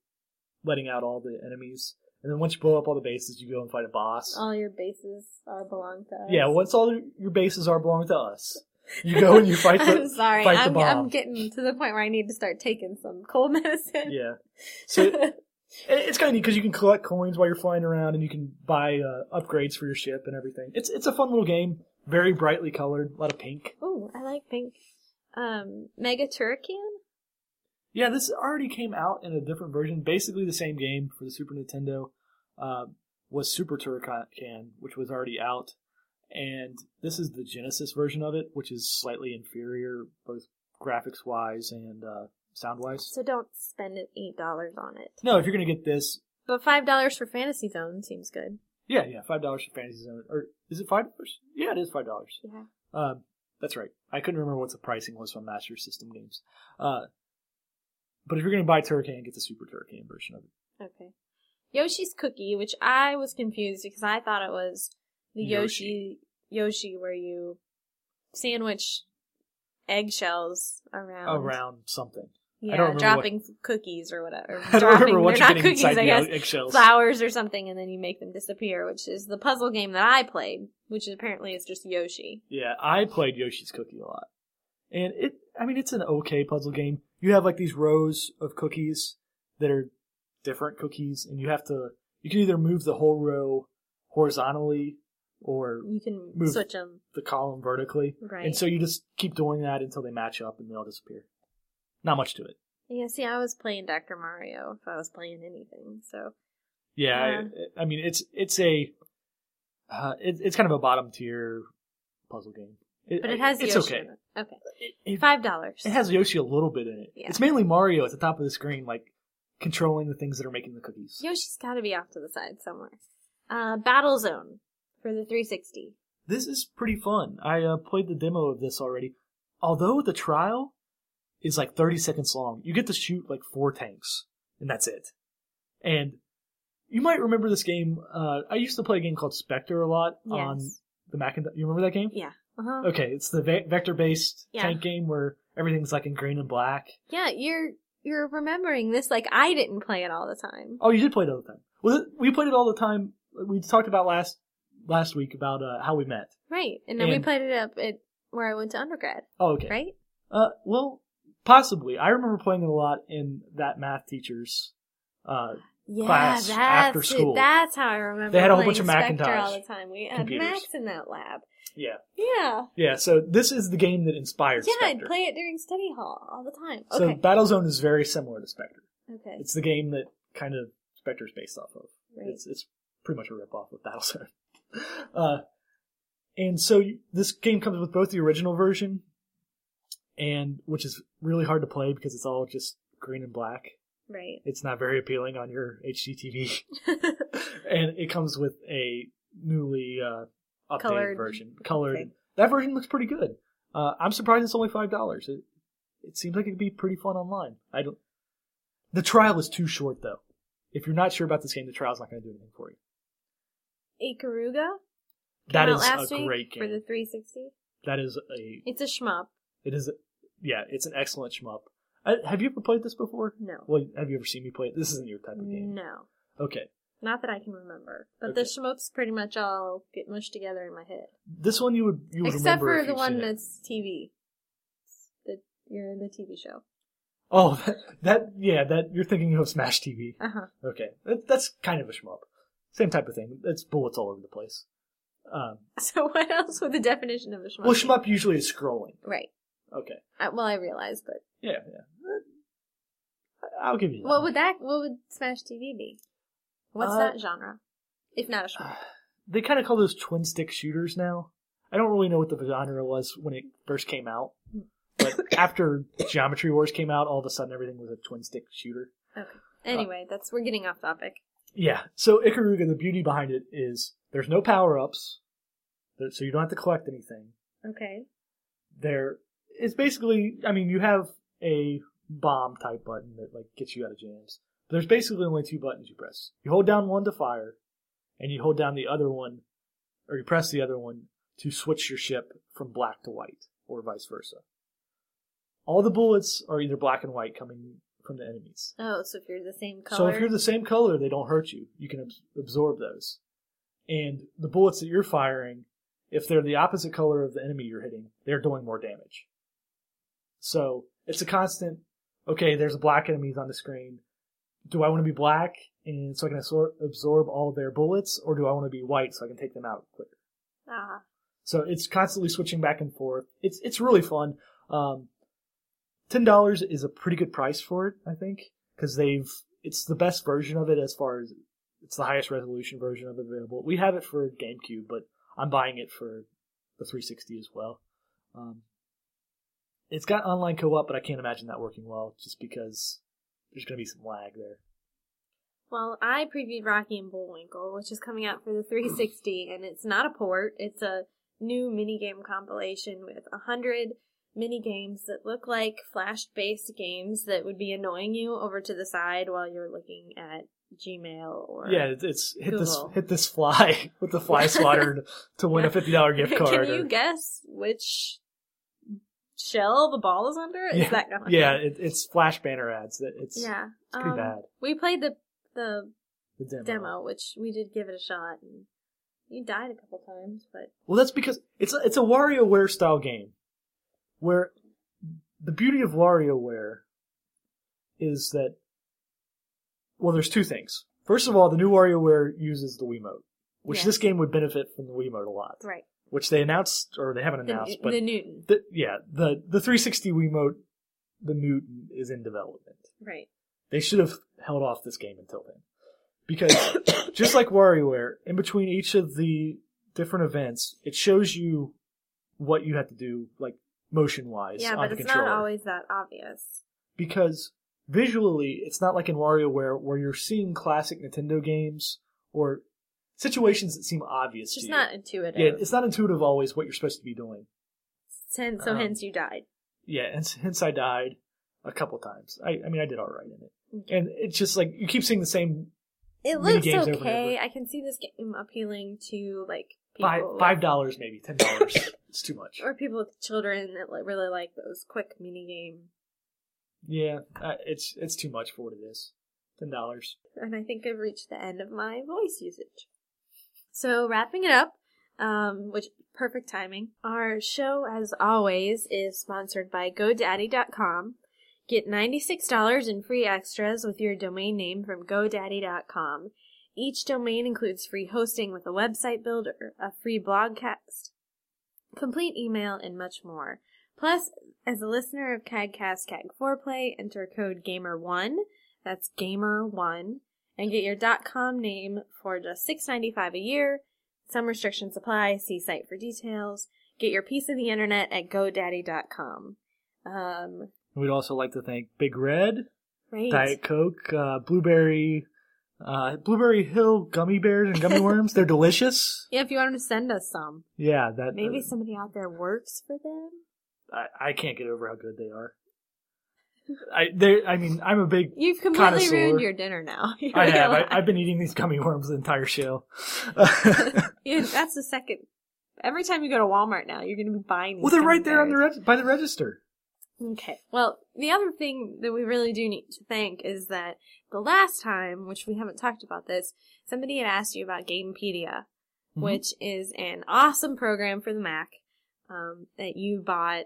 D: letting out all the enemies, and then once you blow up all the bases, you go and fight a boss.
C: All your bases are belong to us.
D: yeah, once all your bases are belong to us, you go and you fight the.
C: I'm sorry.
D: fight the
C: I'm,
D: bomb.
C: I'm getting to the point where I need to start taking some cold medicine.
D: Yeah. So it- it's kind of neat because you can collect coins while you're flying around, and you can buy uh, upgrades for your ship and everything. It's it's a fun little game, very brightly colored, a lot of pink.
C: Ooh, I like pink. Um, Mega Turrican.
D: Yeah, this already came out in a different version, basically the same game for the Super Nintendo. Uh, was Super Turrican, which was already out, and this is the Genesis version of it, which is slightly inferior, both graphics wise and uh, sound wise.
C: So don't spend it eight dollars on it.
D: No, if you're gonna get this,
C: But five dollars for Fantasy Zone seems good.
D: yeah, yeah, five dollars for Fantasy Zone, or is it five dollars? Yeah, it is five dollars.
C: Yeah.
D: Um, that's right. I couldn't remember what the pricing was on Master System games. Uh, but if you're going to buy Turrican, get the Super Turrican version of it.
C: Okay. Yoshi's Cookie, which I was confused because I thought it was the Yoshi Yoshi where you sandwich eggshells around.
D: Around something.
C: Yeah,
D: I don't remember
C: dropping f- cookies or whatever.
D: I don't remember
C: they're
D: what you're
C: not
D: getting
C: cookies,
D: inside
C: I
D: the
C: guess.
D: egg- eggshells.
C: Flowers or something, and then you make them disappear, which is the puzzle game that I played, which apparently is just Yoshi.
D: Yeah, I played Yoshi's Cookie a lot. And it, I mean, it's an okay puzzle game. You have like these rows of cookies that are different cookies, and you have to, you can either move the whole row horizontally or
C: You can
D: Move.
C: switch them.
D: the column vertically.
C: Right.
D: And so you just keep doing that until they match up and they all disappear. Not much to it.
C: Yeah, see, I was playing Dr. Mario if I was playing anything, so.
D: Yeah, I, I mean it's it's a uh, it, it's kind of a bottom tier puzzle game.
C: But it has
D: Uh, it's
C: Yoshi
D: okay.
C: in it. Okay.
D: It,
C: Five dollars.
D: it has Yoshi a little bit in it.
C: Yeah.
D: It's mainly Mario at the top of the screen, like controlling the things that are making the cookies.
C: Yoshi's got to be off to the side somewhere. Uh, Battle Zone for the 360.
D: This is pretty fun. I uh, played the demo of this already. Although the trial is like 30 seconds long, you get to shoot like four tanks, and that's it. And you might remember this game. Uh, I used to play a game called Spectre a lot on
C: Yes.
D: the Macintosh. You remember that game?
C: Yeah. Uh-huh.
D: Um, Okay, it's the ve- vector-based
C: Yeah.
D: tank game where everything's like in green and black.
C: Yeah, you're you're remembering this like I didn't play it all the time.
D: Oh, you did play it all the time. Well, th- we played it all the time we talked about last last week about uh, how we met.
C: Right. And then we
D: And-
C: played it up at where I went to undergrad,
D: Oh, okay.
C: right?
D: Uh, well, possibly. I remember playing it a lot in that math teacher's. Uh,
C: Yeah,
D: Class
C: that's
D: after
C: it.
D: school.
C: That's how I remember.
D: They had a whole bunch
C: playing
D: of
C: Spectre
D: Macintosh
C: all the time. We had
D: computers.
C: Macs in that lab.
D: yeah.
C: Yeah,
D: Yeah. So this is the game that inspired.
C: yeah. I'd
D: Spectre.
C: play it during study hall all the time.
D: So
C: Okay,
D: Battlezone is very similar to Spectre.
C: okay,
D: It's the game that kind of Spectre's based off of.
C: right.
D: It's it's pretty much a ripoff of Battlezone. Uh, and so you, this game comes with both the original version, and which is really hard to play because it's all just green and black.
C: right.
D: It's not very appealing on your HDTV, and it comes with a newly uh, updated
C: Colored.
D: version. Colored.
C: Okay.
D: That version looks pretty good. Uh, I'm surprised it's only five dollars. It, it seems like it could be pretty fun online. I don't. The trial is too short though. If you're not sure about this game, the trial's not going to do anything for you.
C: Ikaruga came out
D: That is
C: last
D: a
C: week
D: great
C: for
D: game.
C: the 360.
D: That is a.
C: It's a shmup.
D: It is. A, yeah, it's an excellent shmup. I, have you ever played this before?
C: No, Mm.
D: Well, have you ever seen me play it? This isn't your type of game.
C: no,
D: Okay,
C: not that I can remember. But the
D: Okay.
C: shmups pretty much all get mushed together in my head,
D: this one you would you would
C: except
D: remember
C: for
D: if
C: the
D: you've
C: one
D: seen it.
C: that's TV. It's The you're in the TV show.
D: Oh, that, that yeah, that you're thinking of Smash TV.
C: Uh huh.
D: Okay, that, that's kind of a shmup. Same type of thing. It's bullets all over the place. Um,
C: So what else would the definition of a shmup?
D: well,
C: be?
D: shmup usually is scrolling.
C: Right.
D: Okay,
C: I, well, I realize, but
D: yeah, yeah. I- I'll give you that.
C: what would that? What would Smash TV be? What's
D: Uh,
C: that genre? If not a shmup,
D: they kind of call those twin stick shooters now. I don't really know what the genre was when it first came out, but after Geometry Wars came out, all of a sudden everything was a twin stick shooter.
C: okay. Anyway, that's we're getting off topic.
D: Yeah. So Ikaruga, the beauty behind it is there's no power ups, so you don't have to collect anything.
C: Okay.
D: there it's basically i mean you have a bomb type button that like gets you out of jams but there's basically only two buttons you press you hold down one to fire and you hold down the other one or you press the other one to switch your ship from black to white or vice versa all the bullets are either black and white coming from the enemies
C: Oh, so if you're the same color.
D: so if you're the same color, they don't hurt you. You can abs- absorb those. And the bullets that you're firing, if they're the opposite color of the enemy you're hitting, they're doing more damage. So it's a constant. Okay, there's black enemies on the screen. Do I want to be black and so I can absor- absorb all their bullets, or do I want to be white so I can take them out quicker?
C: ah,
D: So it's constantly switching back and forth. It's it's really fun. Um, Ten dollars is a pretty good price for it, I think, because they've it's the best version of it as far as it's the highest resolution version of it available. We have it for GameCube, but I'm buying it for the 360 as well. Um, it's got online co-op, but I can't imagine that working well, just because there's going to be some lag there.
C: well, I previewed Rocky and Bullwinkle, which is coming out for the 360, and it's not a port. It's a new minigame compilation with a hundred mini games that look like flash-based games that would be annoying you over to the side while you're looking at Gmail or
D: Yeah, it's, it's hit
C: Google.
D: this hit this fly with the fly swatter to win a fifty dollar gift card.
C: Can
D: or-
C: you guess which shell the ball is under? Is
D: Yeah,
C: that going?
D: Yeah, it, it's flash banner ads. That it's
C: yeah. um,
D: pretty bad.
C: We played the the
D: the demo.
C: demo, which we did give it a shot, and you died a couple times, but
D: Well, that's because it's a, it's a WarioWare style game, where the beauty of WarioWare is that well, there's two things. First of all, the new WarioWare uses the Wiimote, which
C: Yes.
D: this game would benefit from the Wiimote a lot.
C: right.
D: Which they announced, or they haven't
C: The,
D: announced,
C: Nu-
D: but
C: the Newton,
D: the, yeah, the the 360 Wiimote, the Newton is in development.
C: right?
D: They should have held off this game until then. Because just like WarioWare, in between each of the different events, it shows you what you have to do, like motion wise
C: Yeah, but
D: on the
C: it's
D: controller.
C: not always that obvious.
D: Because visually it's not like in WarioWare where you're seeing classic Nintendo games or situations that seem obvious
C: It's just
D: to you.
C: not intuitive.
D: yeah, it's not intuitive always what you're supposed to be doing.
C: Hence- so
D: um,
C: hence you died.
D: yeah, and hence I died a couple times. I, I mean, I did all right in
C: Mm.
D: it, and it's just like you keep seeing the same
C: It
D: mini
C: looks
D: games over and
C: okay. I can see this game appealing to like people
D: five
C: with-
D: five dollars, maybe ten dollars. it's too much.
C: or people with children that li- really like those quick mini game.
D: Yeah, uh, it's it's too much for what it is. Ten dollars.
C: And I think I've reached the end of my voice usage. So wrapping it up, um, which perfect timing. Our show, as always, is sponsored by GoDaddy.com. Get $96 in free extras with your domain name from GoDaddy.com. Each domain includes free hosting with a website builder, a free blogcast, complete email, and much more. Plus, as a listener of CADcast CAG Foreplay, enter code GAMER1, that's GAMER1, and get your .com name for just $6.95 a year. Some restrictions apply. See site for details. Get your piece of the internet at GoDaddy.com. Um,
D: We'd also like to thank Big Red,
C: right.
D: Diet Coke, uh, Blueberry, uh, Blueberry Hill gummy bears and gummy worms. They're delicious.
C: Yeah, if you want to send us some,
D: Yeah, that
C: maybe somebody out there works for them.
D: I, I can't get over how good they are. I they I mean I'm a big
C: You've completely
D: Connoisseur.
C: ruined your dinner now. You
D: I have I,
C: realize-
D: I've been eating these gummy worms the entire show.
C: Yeah, that's the second. Every time you go to Walmart now, you're going to be buying. These
D: well, they're
C: gummy
D: right there on the
C: bears.
D: reg- by the register.
C: Okay. Well, the other thing that we really do need to thank is that the last time, which we haven't talked about this, somebody had asked you about Gamepedia,
D: Mhm.
C: which is an awesome program for the Mac um, that you bought.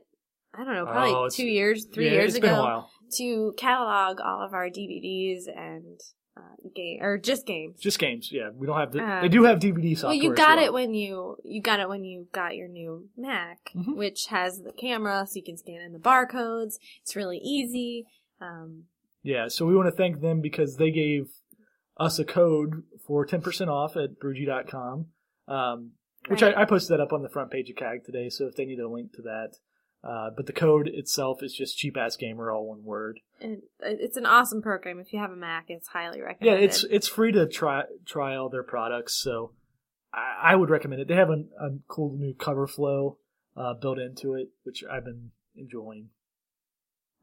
C: I don't know, probably
D: Oh,
C: two
D: it's-
C: years, three
D: Yeah,
C: years
D: it's
C: ago,
D: been a while.
C: to catalog all of our DVDs and uh, game or just games.
D: Just games. Yeah, we don't have. The,
C: Um,
D: they do have DVD software.
C: Well, you
D: as
C: got
D: well.
C: it when you you got it when you got your new Mac,
D: Mhm.
C: which has the camera, so you can scan in the barcodes. It's really easy. Um,
D: Yeah, so we want to thank them because they gave us a code for 10% off at brewgy.com, um, which
C: Right.
D: I, I posted that up on the front page of CAG today, so if they need a link to that. Uh, but the code itself is just cheap ass gamer, all one word.
C: and uh, it's an awesome program. If you have a Mac, it's highly
D: Yeah,
C: recommended.
D: it's it's free to try trial their products, so I, I would recommend it. They have a, a cool new cover flow uh, built into it, which I've been enjoying.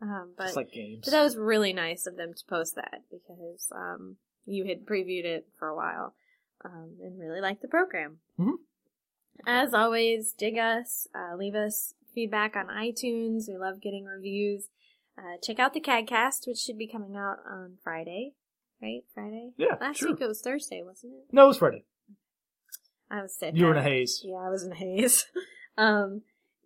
C: um, but
D: just like games.
C: but that was really nice of them to post that because um, you had previewed it for a while um, and really liked the program.
D: Mhm.
C: As always, dig us, uh, leave us feedback on iTunes. We love getting reviews. Uh, check out the CADcast, which should be coming out on Friday, right? Friday.
D: Yeah,
C: Last
D: sure.
C: week it was Thursday, wasn't it?
D: no, it's Friday.
C: I was sick.
D: You were in
C: I-
D: a haze.
C: yeah, I was in a haze. Um,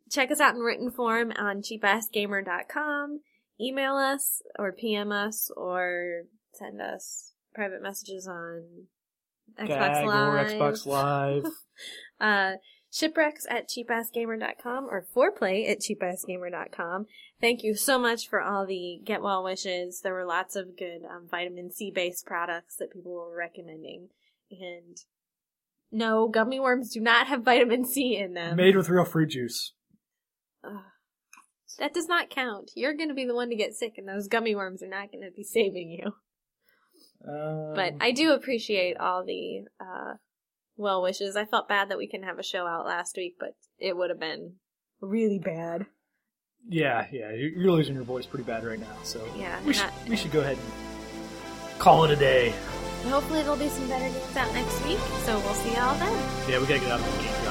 C: check us out in written form on cheapassgamer.com. Email us or PM us or send us private messages on Xbox
D: Gag
C: Live.
D: or Xbox Live.
C: Uh, shipwrecks at cheapassgamer.com or foreplay at cheapassgamer.com. Thank you so much for all the get well wishes. There were lots of good um, vitamin C based products that people were recommending. And no, gummy worms do not have vitamin C in them.
D: Made with real fruit juice.
C: Ugh. That does not count. You're going to be the one to get sick, and those gummy worms are not going to be saving you.
D: Um,
C: But I do appreciate all the uh, well wishes. I felt bad that we couldn't have a show out last week, but it would have been really bad.
D: yeah, yeah, you're you're losing your voice pretty bad right now. So
C: Yeah,
D: we should
C: not-
D: we should go ahead and call it a day.
C: Hopefully, there'll be some better news out next week, so we'll see y'all then.
D: Yeah, we gotta get out of the game.